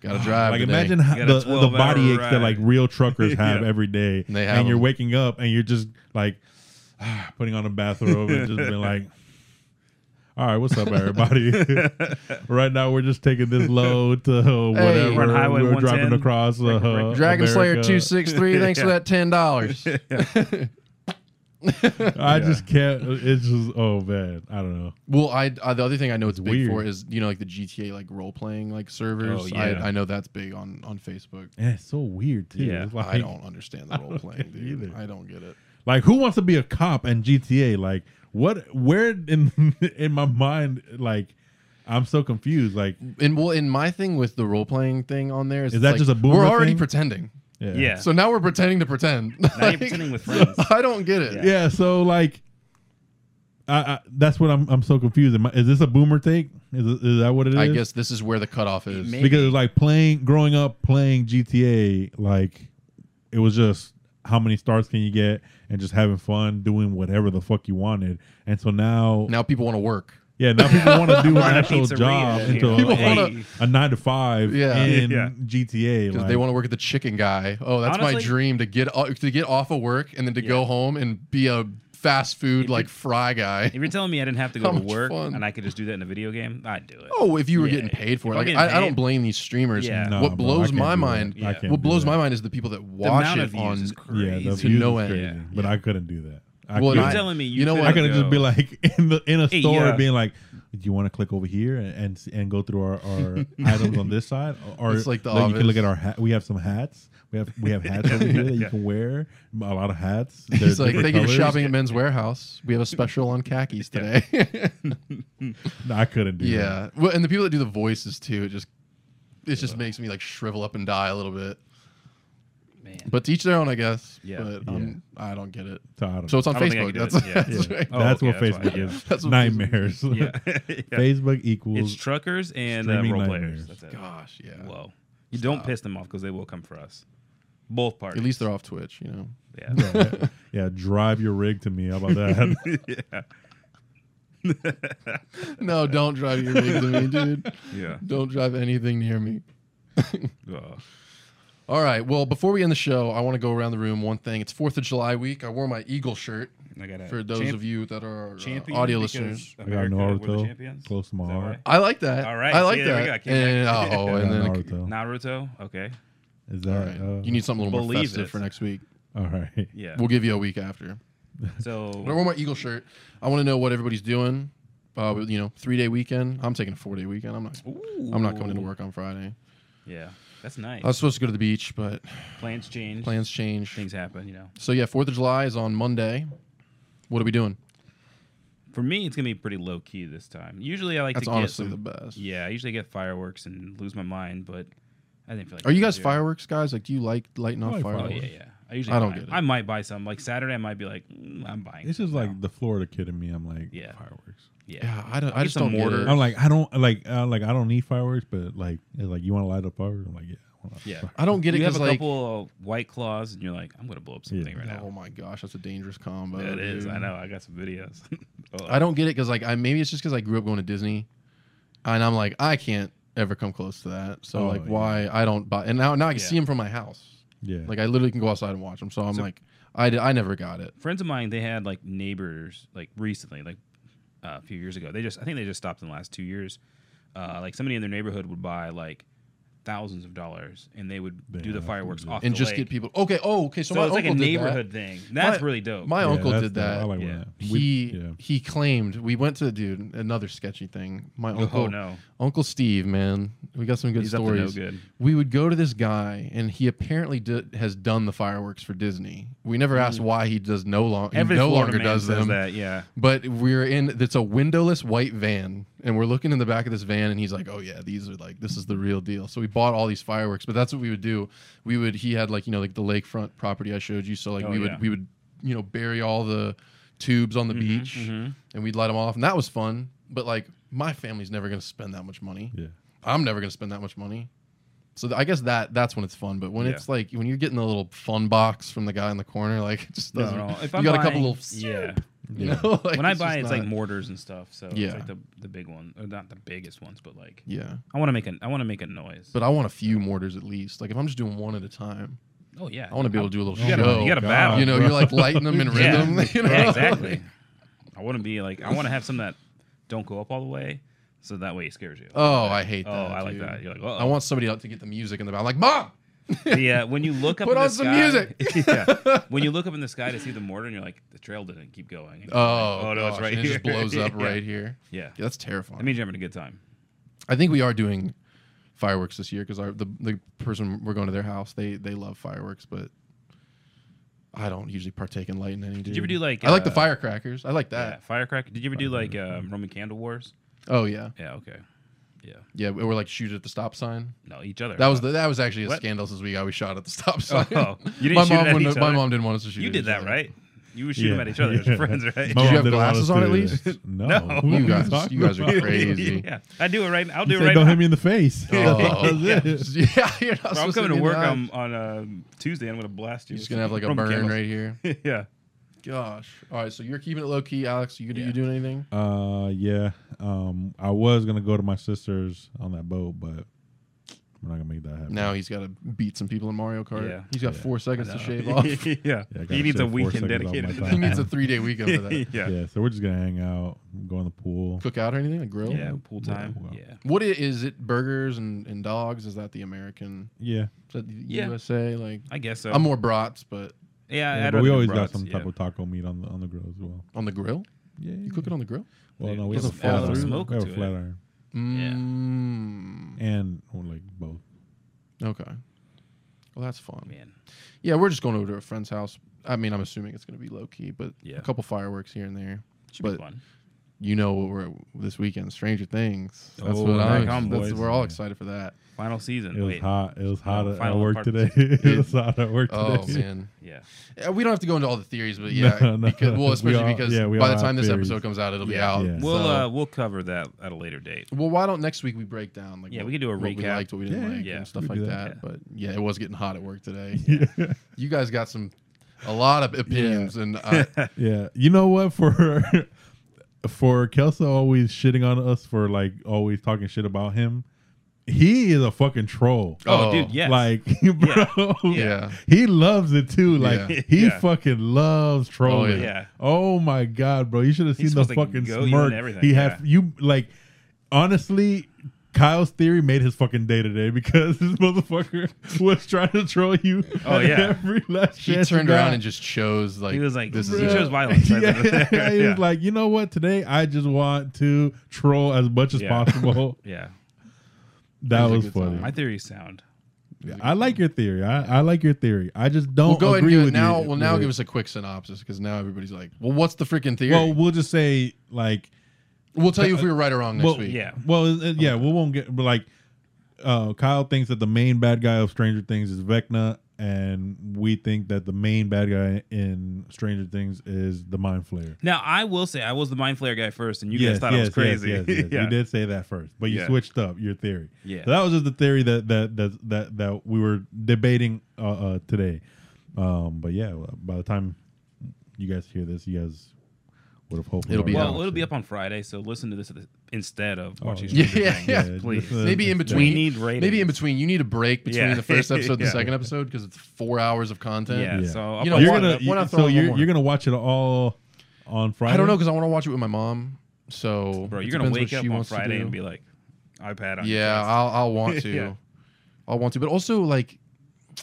Gotta drive.
like
today.
imagine how
You got a
the, the
12
body
hour
aches that
ride.
like real
[laughs]
truckers have
Yeah.
every day,
And they have
and you're
them.
waking up and you're just like ah, putting on a bathrobe and just
[laughs]
being like, "All right, what's up, everybody? right now we're just taking this load to uh,
Hey.
whatever.
We're
on Highway
we're driving
110.
across uh,
Rick-
Dragon Slayer
America.
two
[laughs]
six three. Thanks for
Yeah.
that ten dollars.
I just can't. It's just oh man, I don't know.
Well, I, I the other thing I know it's,
It's
big for
weird.
is you know like the GTA like role playing like servers.
Oh,
I,
yeah.
I know that's big on on Facebook.
Yeah, it's so weird too.
Yeah,
It's like,
I don't understand the role playing,
get it
dude.
either.
I don't get it.
Like, who wants to be a cop in GTA? Like, what? Where in [laughs] in my mind? Like, I'm so confused. Like,
And well, and my thing with the role playing thing on there is,
Is
it's
that
like,
just a
We're
boomer
already
thing?
pretending,
Yeah.
so now we're pretending to pretend.
[laughs] Now you're
[laughs]
pretending with friends.
I don't get it.
yeah. so like, I, I that's what I'm. I'm so confused. Am I, is this a boomer take? Is, it- is that what it is?
I guess this is where the cutoff is.
Maybe.
because it's like playing growing up playing GTA. Like, it was just how many stars can you get and just having fun doing whatever the fuck you wanted. And so now,
Now people want to work.
yeah, now people want
[laughs]
to do an
Run a
actual
pizzeria,
job
you
into
know,
People
a,
wanna-
a nine to five
Yeah.
in
Yeah.
GTA.
Because
Like,
they want to work at the chicken guy. Oh, that's my
Honestly-
dream to get o- to get off of work and then to go home and be a fast food like fry guy.
If you're telling me I didn't have to
How
go to
much
work
fun.
and I could just do that in a video game, I'd do it.
Oh, if you were
Yeah.
getting paid for it,
If I'm
like
getting
I, I
paid-
don't blame these streamers.
Yeah.
Nah,
what
bro, I
blows
can't
my
do that.
mind,
I
Yeah.
can't
what
do
blows
that.
my mind is the people that
the
watch
amount of
it
views
on. [laughs]
is crazy.
Yeah, the
to
views
no
is
end.
crazy.
Yeah.
But I couldn't do that. I
Well,
couldn't.
You're
I-
telling me you,
you know
couldn't
what?
I could
go.
just
[laughs]
be like in the in a
Hey,
store
yeah.
being like, "Do you want to click over here and and, and go through our,
[laughs]
our items on this side?" Or
It's like the
you can look at
office.
our hat. We have some hats. We have we have hats over here that you
[laughs] Yeah.
can wear. A lot of hats.
He's
They're
like,
different
thank you for
colors."
shopping at Men's Warehouse. We have a special on khakis today. [laughs] Yeah.
No, I couldn't do. that.
Well, and the people that do the voices too, it just it just makes me like shrivel up and die a little bit.
Man.
But to each their own, I guess.
Yeah.
But um, I don't get it.
So I don't
So it's on
I don't think I
Facebook.
could do
That's, [laughs]
it. Yeah.
that's
know.
right.
Oh,
that's
okay,
what
that's
Facebook
why, yeah.
is.
That's what
nightmares.
yeah. [laughs] yeah.
Facebook
It's
equals
truckers and uh,
streaming
role
nightmares.
players. That's it.
Gosh, yeah.
Whoa. You don't piss them off because they will come for us. Both parties.
At least they're off Twitch,
[laughs]
you know.
Yeah.
[laughs] yeah, yeah, drive your rig to me. How about
[laughs]
that?
yeah.
no, don't drive your rig to me, dude. [laughs]
Yeah.
Don't drive anything near me.
Oh.
All right. Well, before we end the show, I want to go around the room. One thing. It's Fourth of July week. I wore my Eagle shirt
I got
for those of you that are uh,
champion
audio
because
listeners.
I got
America, we're the
Naruto
champions.
close to my
Is that
heart.
I like that.
All right,
I like
see, there we go. I
that.
came
And,
back. [laughs]
oh,
I
and
got
then
Naruto.
Naruto. Okay.
Is
all
that
right.
uh,
you need something a little more
Believe
festive
it.
for next week.
All
[laughs]
right.
Yeah.
We'll give you a week after. But I
So
wore my Eagle shirt. I want to know what everybody's doing. Uh, you know, three day weekend. I'm taking a four day weekend. I'm not. I'm not coming into
Ooh.
work on Friday.
Yeah. That's nice.
I was supposed to go to the beach, but
Plans change.
plans change.
Things happen, you know.
So yeah, Fourth of July is on Monday. What are we doing?
For me, it's gonna be pretty low key this time. Usually, I like
That's
to get
honestly
some-
the best.
Yeah, I usually get fireworks and lose my mind, but I didn't feel like.
Are you guys
doing it.
fireworks guys? Like, do you like lighting off
I like
Oh
fireworks?
yeah, yeah. I usually.
I don't
buy-
get it.
I might buy some. Like Saturday, I might be like, mm, I'm buying.
It's just
some
like
now.
the Florida kid in me. I'm like,
Yeah.
fireworks.
yeah.
Yeah, I don't. I
Get
just
some
don't
mortar.
get it.
I'm like, I don't like, uh, like I don't need fireworks, but like, it's like you want to light up fireworks. I'm like, yeah, I wanna light up
Yeah.
fireworks.
I don't get it
you have
because
a
like,
couple of white claws, and you're like, I'm gonna blow up something
Yeah.
right now.
oh my gosh, that's a dangerous combo.
It is.
dude.
I know. I got some videos. [laughs] oh,
I don't get it because like, I maybe it's just because I grew up going to Disney, and I'm like, I can't ever come close to that. So
Oh,
like,
yeah.
why I don't buy? And now now I can
Yeah.
see them from my house.
Yeah,
Like, I literally can go outside and watch them. So I'm
So-
like, I, di- I never got it.
friends of mine they had like neighbors like recently like uh, a few years ago they just i think they just stopped in the last two years uh, like somebody in their neighborhood would buy like thousands of dollars and they would do the
Yeah.
fireworks off
and
the
just
lake.
get people. Okay. Oh, okay. So,
so,
my
it's like a
uncle did that.
neighborhood thing that's really dope
My
Yeah,
uncle
that's
did
the-
that.
I like when
Yeah.
that. We-
he
yeah.
he claimed we went to dude another sketchy thing. My uncle
oh no
Uncle Steve, man, we got some good
he's
stories.
up to no good
We would go to this guy, and he apparently did, has done the fireworks for Disney. We never asked why he does no longer
every
no
Florida
longer
man
does
says
them.
that yeah
But we're in it's a windowless white van, and we're looking in the back of this van, and he's like, "Oh yeah, these are like this is the real deal." So we bought all these fireworks, but that's what we would do. We would he had like you know like the lakefront property I showed you, so like
Oh,
we would
yeah.
we would you know bury all the tubes on the beach,
mhm.
and we'd light them off, and that was fun. But like my family's never gonna spend that much money.
Yeah.
I'm never gonna spend that much money. So th- I guess that that's when it's fun. But when
Yeah.
it's like when you're getting the little fun box from the guy in the corner, like it just doesn't.
No, no, Mm-hmm. if
you
I'm
got a
buying-
couple little.
yeah.
You know, [laughs] like,
when I
it's
buy,
just
it's like
not-
mortars and stuff. So
Yeah.
it's like the, the big one, or not the biggest ones, but like
Yeah,
I want to make a I want to make a noise.
but I want a few mortars at least. Like if I'm just doing one at a time,
oh yeah,
I want to be able to do a little
You
You gotta,
show.
you gotta
God.
battle.
You know,
bro.
you're like lighting them in
[laughs] Yeah.
rhythm. [laughs] You know?
Yeah, exactly. I want to be like I want to have some that don't go up all the way, so that way it scares you.
Oh, I hate
Oh,
that.
I like
dude.
that. You're like,
I want somebody else to get the music in the back. I'm like, Mom,
the, uh, when
[laughs]
you look up
Put
in the
on some
sky- [laughs]
music. [laughs]
yeah. When you look up in the sky to see the mortar, and you're like, the trail didn't keep going. And you're
Oh,
like, oh no,
gosh,
it's right
and
here.
It just
[laughs]
blows up
Yeah.
right here.
Yeah.
Yeah, that's terrifying.
that means you're having a good time.
I think we are doing fireworks this year because the the person we're going to their house they they love fireworks, but I don't usually partake in lighting any. Dude.
you ever do, like,
I like the
uh,
firecrackers. I like
Yeah,
that.
firecracker. Did you ever do like um, Roman candle wars?
Oh yeah,
Yeah. Okay. Yeah.
yeah. We're like shoot at the stop sign.
No, each other.
That was the, that was actually a
What?
scandal since we got we shot at the stop [laughs] sign.
[laughs] Oh, you didn't
my
shoot
mom
it at
wouldn't-
each
my
other?
mom didn't want us to shoot.
[laughs] You
at
did
each
that
[laughs] other.
right. You were shooting
Yeah.
at each other
Yeah.
as friends, [laughs] right?
My
Did you
mom
have
didn't want us
glasses on
to
at
do
least?
this. [laughs] No.
[laughs] No.
What are
You guys-
talking
you guys are
about?
crazy.
[laughs] yeah, I do it right. now. I'll do
You
it
say,
right
don't
now.
hit me in the
[laughs]
face.
Oh, yeah.
That's it.
[laughs] yeah, you're not
Bro, I'm
supposed
coming to
be in the
work
eye.
on on um, Tuesday. I'm gonna blast you.
You're just
with
gonna have like a
Roman
burn
candles.
right here.
[laughs]
[laughs]
yeah.
Gosh. All right, so you're keeping it low key, Alex. You
Yeah.
you doing anything?
Uh, yeah. Um, I was gonna go to my sister's on that boat, but we're not gonna make that happen.
Now he's got to beat some people in Mario Kart.
Yeah.
He's got
Yeah.
four seconds
I
to
know. [laughs]
shave off. he
yeah.
I gotta
He needs a
shave four
weekend
seconds off my
dedicated. to [laughs]
time.
that.
He
needs a three day weekend for
[laughs]
that.
yeah.
yeah. yeah.
So we're just gonna hang out, go in the pool.
Cook out or anything? A grill?
Pool time.
well.
Yeah.
What i- is it? Burgers and, and dogs? Is that the American?
Yeah.
Is that the
Yeah.
USA? Like,
I guess so.
I'm more brats, but
yeah.
Yeah,
I'd
but we
rather
always
brats,
got some
yeah.
type of taco meat on the on the grill as well.
on the grill.
Yeah.
You cook it on the grill?
Well, no, we
There's
have a
a fat
flat
little
iron.
smoke
We have
to
a flat
it.
iron
Mm.
and well, like both.
Okay. Well, that's fun.
man.
Yeah, we're just going over to a friend's house. I mean, I'm assuming it's going to be low key, but
Yeah.
a couple fireworks here and there.
Should
But-
be fun.
You know what we're this weekend? Stranger Things. That's
Oh,
what
back
I'm.
on,
that's,
boys.
we're all
Yeah.
excited for
[laughs]
that.
Final season.
It was
Wait.
hot. It was hot
No,
at, at
final
work today. [laughs]
apartment.
it was hot at work today.
Oh man,
[laughs]
Yeah.
Yeah, we don't have to go into all the theories, but yeah,
No, no.
because, well,
We
especially
all-
because
yeah, we
by
all
the time
have
this
theories.
episode comes out, it'll be
Yeah.
out.
Yeah.
We'll
so-
uh we'll cover that at a later date.
well, why don't next week we break down like
Yeah,
what-
we could do a
what we
recap.
liked, what we didn't
Yeah,
like,
yeah,
and stuff
we
like
do
that.
that.
But yeah, it was getting hot at work today.
[laughs] Yeah.
you guys got some a lot of opinions, and uh,
[laughs]
I,
Yeah, you know what? For [laughs] for Kelso always shitting on us for like always talking shit about him, he is a fucking troll.
Oh,
Oh,
dude, yes.
Like, [laughs] bro,
Yeah.
he loves it too. Like,
Yeah.
he
Yeah.
fucking loves trolling.
Oh, yeah.
Yeah.
Oh my god, bro, you should have seen
He's
the
supposed to
fucking
goat you
smirk.
and everything,
He
yeah.
had you like, honestly. Kyle's theory made his fucking day today because [laughs] this motherfucker was trying to troll you.
Oh,
at [laughs]
yeah.
every last
she
chance
turned
got.
around and just chose like
He was like,
this is
He
Bruh.
chose violence right
[laughs] yeah,
there.
yeah, he
[laughs] Yeah.
was like, you know what? Today I just want to troll as much as
Yeah. [laughs]
possible. [laughs]
Yeah.
That
It was
was,
a good
funny.
time.
My theory is sound.
Yeah, I like your theory. I, I like your theory. I just don't
We'll go ahead and
agree
do
with
it now.
you.
Well, now
with-
give us a quick synopsis because now everybody's like, "Well, what's the freaking theory?"
Well,
Well,
we'll just say like
we'll tell you if we were right or wrong next
well,
week.
uh, Yeah.
Well, uh, yeah, we won't get but like uh, Kyle thinks that the main bad guy of Stranger Things is Vecna, and we think that the main bad guy in Stranger Things is the Mind Flayer.
Now I will say I was the mind flare guy first, and you
yes,
guys thought
yes,
I was crazy.
Yes,
[laughs]
yes, yes.
yeah.
You did say that first, but you
Yeah.
switched up your theory.
Yeah.
So that was just the theory that that that that, that we were debating uh, uh, today. Um, but yeah, well, by the time you guys hear this, you guys would have hopefully
It'll be
already
Well,
out.
watched
it'll be
it.
up on Friday, so listen to this at the- instead of
Oh,
watching.
yeah.
Stranger
Yeah, [laughs]
Things.
yeah.
please.
Just, uh,
Maybe in
just-
between.
We need ratings.
Maybe in between, you need a break between
Yeah.
the first episode and the
[laughs] Yeah.
second episode because it's four hours of content.
Yeah,
Yeah.
so I'll
You know,
probably-
You're
Why
gonna
not- why not
so
throw in one
you're
more?
you're gonna watch it all on Friday.
I don't know because I want to watch it with my mom. So,
bro,
it
you're
depends
gonna
what
wake
she
up on
wants to
Friday
do.
and be like, iPad on. your
"Yeah,
chest.
I'll, I'll
[laughs]
want to,
Yeah.
I'll want to." But also, like,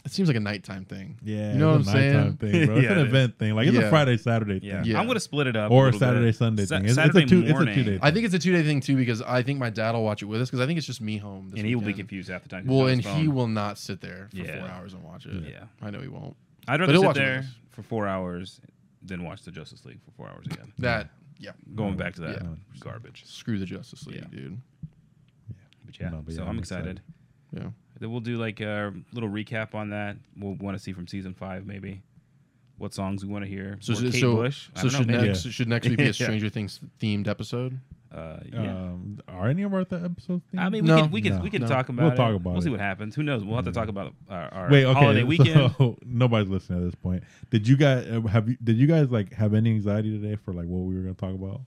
it seems like a nighttime thing.
Yeah,
you know what I'm
it's a nighttime
saying?
Thing, bro.
[laughs]
It's
Yeah,
an
it is.
event thing. Like it's
Yeah.
a Friday Saturday
yeah.
thing.
Yeah.
I'm gonna split it up. a
Or
little
Saturday,
bit.
Sunday
Sa-
thing. It's- it's a
Saturday
two- it's a
morning,
two-day
I think it's a two day thing too because I think my dad will watch it with us because I think it's just me home. This
and he will be
weekend.
confused half the time. 'cause
Well, and
he's on his
he
phone.
will not sit there for
Yeah.
four hours and watch it.
Yeah.
I know he won't.
I'd
but
rather
he'll
sit
watch it with
there
us.
for four hours than watch the Justice League for four
[laughs]
hours again.
That yeah.
Going back to that
Yeah.
garbage.
Screw the Justice League,
Yeah.
dude.
But yeah,
No, but
so
yeah,
I'm
I'm
excited.
excited.
Yeah.
Then we'll do like a little recap on that. We'll want to see from season five maybe what songs we want to hear.
So
More
so
Kate
so,
Bush.
so
I don't know,
should
maybe.
next should next week be
[laughs] Yeah.
a Stranger Things themed episode?
Uh, yeah.
Um, are any of our th- episodes? themed?
I mean, we
No.
could we could
No.
we could
No.
talk about
We'll
it.
talk about
we'll see
it. Mm-hmm.
what happens. Who knows? We'll have to talk about our, our
wait, okay. [laughs]
holiday weekend.
So nobody's listening at this point. Did you guys uh, have? You, did you guys like have any anxiety today for like what we were going to talk about?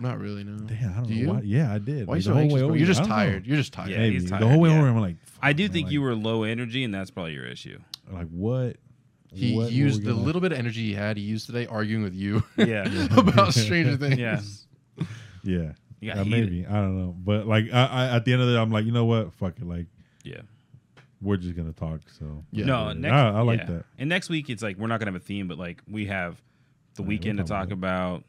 Not really, no.
Damn, I don't
Do
know
you?
why. Yeah, I did. Like,
Why are you
the
so
whole
anxious?
way
bro?
over there,
You're just
I don't know.
tired. You're just tired.
Yeah.
Maybe
he's
the whole
tired,
way
yeah.
over, I'm like,
I do
fuck,
think
man,
you
like-
were low energy, and that's probably
[laughs]
your issue.
like, what?
He
what were we
used the
gonna-
little bit of energy he had. He used today arguing with you
[laughs] Yeah,
[laughs] about Stranger Things.
[laughs] yeah.
Yeah,
You got
Uh,
heated.
maybe I don't know, but like, I, I at the end of the day, I'm like, you know what? Fuck it. Like,
Yeah.
we're just gonna talk. So
Yeah.
No,
Yeah.
next,
I- I like
yeah.
that.
And next week it's like we're not gonna have a theme, but like we have the
Yeah,
weekend to
we'll
talk
talk
about,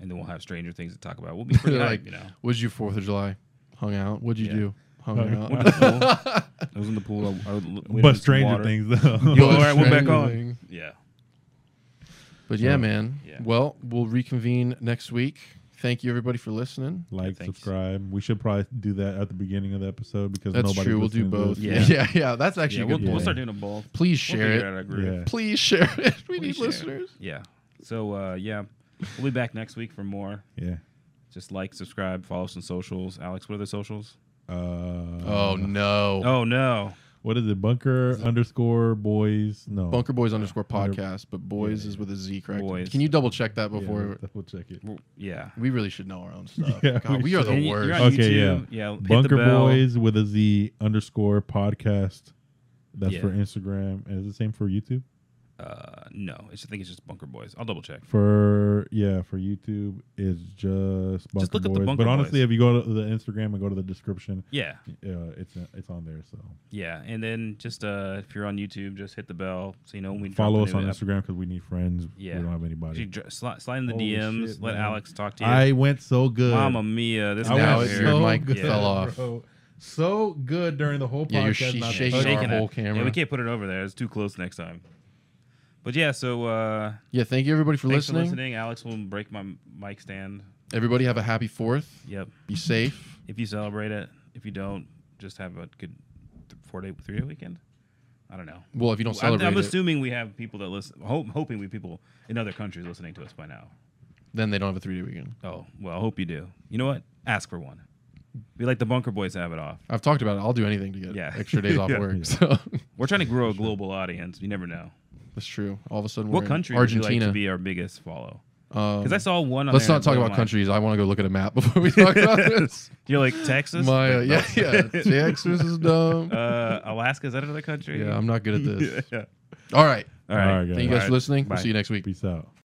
and then we'll have Stranger Things to talk
[laughs]
about. We'll be pretty
They're
like
[laughs] like,
you know.
What'd you do Fourth of July? Hung out. What'd you
Yeah.
do? Hung
Hung
out.
Went to the pool. I was in the pool. I, I, we had
but
some
Stranger
water.
Things [laughs] though.
[laughs] Yo, all right, we're back
Stranger
on.
Things.
Yeah.
But yeah, man.
yeah.
Well, we'll reconvene next week. Thank you everybody for listening.
like,
thanks.
subscribe. We should probably do that at the beginning of the episode because
That's
nobody.
true. We'll do both.
Yeah.
[laughs] Yeah, yeah, yeah. That's actually
Yeah,
a
we'll,
good.
we'll
point.
start doing a ball.
Please share it.
Yeah.
Please share [laughs] it. We need
Please share.
listeners.
Yeah. So uh, yeah, we'll be back next week for more.
Yeah.
Just like, subscribe, follow us on socials. Alex, what are the socials?
Uh,
Oh no.
Oh no,
What is it? Bunker underscore boys. No.
Bunker Boys underscore
Under-
podcast, but boys is with a Z, correct?
Uh, Boys.
Can you double check that
Yeah,
before?
let's double check it.
Well, yeah.
We really should know our
[laughs]
own stuff.
Yeah,
God,
we
we, are
should.
the
And you- you're
worst.
on
Okay,
YouTube. Yeah. hit the
Bunker
bell.
boys with a Z underscore podcast. That's
Yeah.
for Instagram. And is it the same for YouTube?
Uh, no, it's, I think it's just Bunker Boys. I'll double check.
For yeah, for YouTube it's just Bunker
Just look up
Boys.
the Bunker
but honestly,
Boys.
if you go to the Instagram and go to the description,
Yeah.
uh, it's it's on there. So
Yeah, and then just uh, if you're on YouTube, just hit the bell so you know when we
follow
drop
us
a new
on
ep-
Instagram because we need friends.
Yeah.
we don't have
Actually,
anybody.
dr- sli- slide in the
Holy
DMs.
shit,
let
man.
Alex talk to you.
I went so good.
Mama mia, this
I
Now
guy
went
it's
here.
your
so
mic
good,
fell off.
bro. So good during the whole podcast.
Yeah, you're sh-
not
shaking
touching
our
Shaking
whole
it.
camera.
Yeah, we can't put it over there. It's too close next time. But yeah, so uh,
Yeah, thank you everybody for
thanks for
listening.
listening. Alex will break my m- mic stand.
Everybody have a happy fourth.
Yep.
Be safe.
If you celebrate it, if you don't, just have a good th- four day, three day weekend. I don't know.
Well, if you don't
I'm,
celebrate
I'm
it,
assuming we have people that listen. Hope, hoping we have people in other countries listening to us by now.
then they don't have a three day weekend.
Oh, well, I hope you do. You know what? Ask for one. Be like the Bunker Boys have it off.
I've talked about it. I'll do anything to get
Yeah.
extra
[laughs]
days off
Yeah.
work.
Yeah.
So [laughs]
We're trying to grow a global audience. You never know.
that's true. All of a sudden, we're
What
in
country would you like
Argentina.
to be our biggest follow?
Um,
Because I saw one. On
let's
there
not talk
that blew
about
my-
countries. I want to go look at a map [laughs] before we talk
[laughs]
about this.
You're like Texas.
My
[laughs]
uh, yeah yeah, Texas is dumb.
Uh, Alaska is that another country? [laughs]
yeah, I'm not good at this.
yeah.
All right.
All right.
All right, guys.
Thank you guys
All
for
right.
listening.
Bye.
We'll see you next week.
Peace out.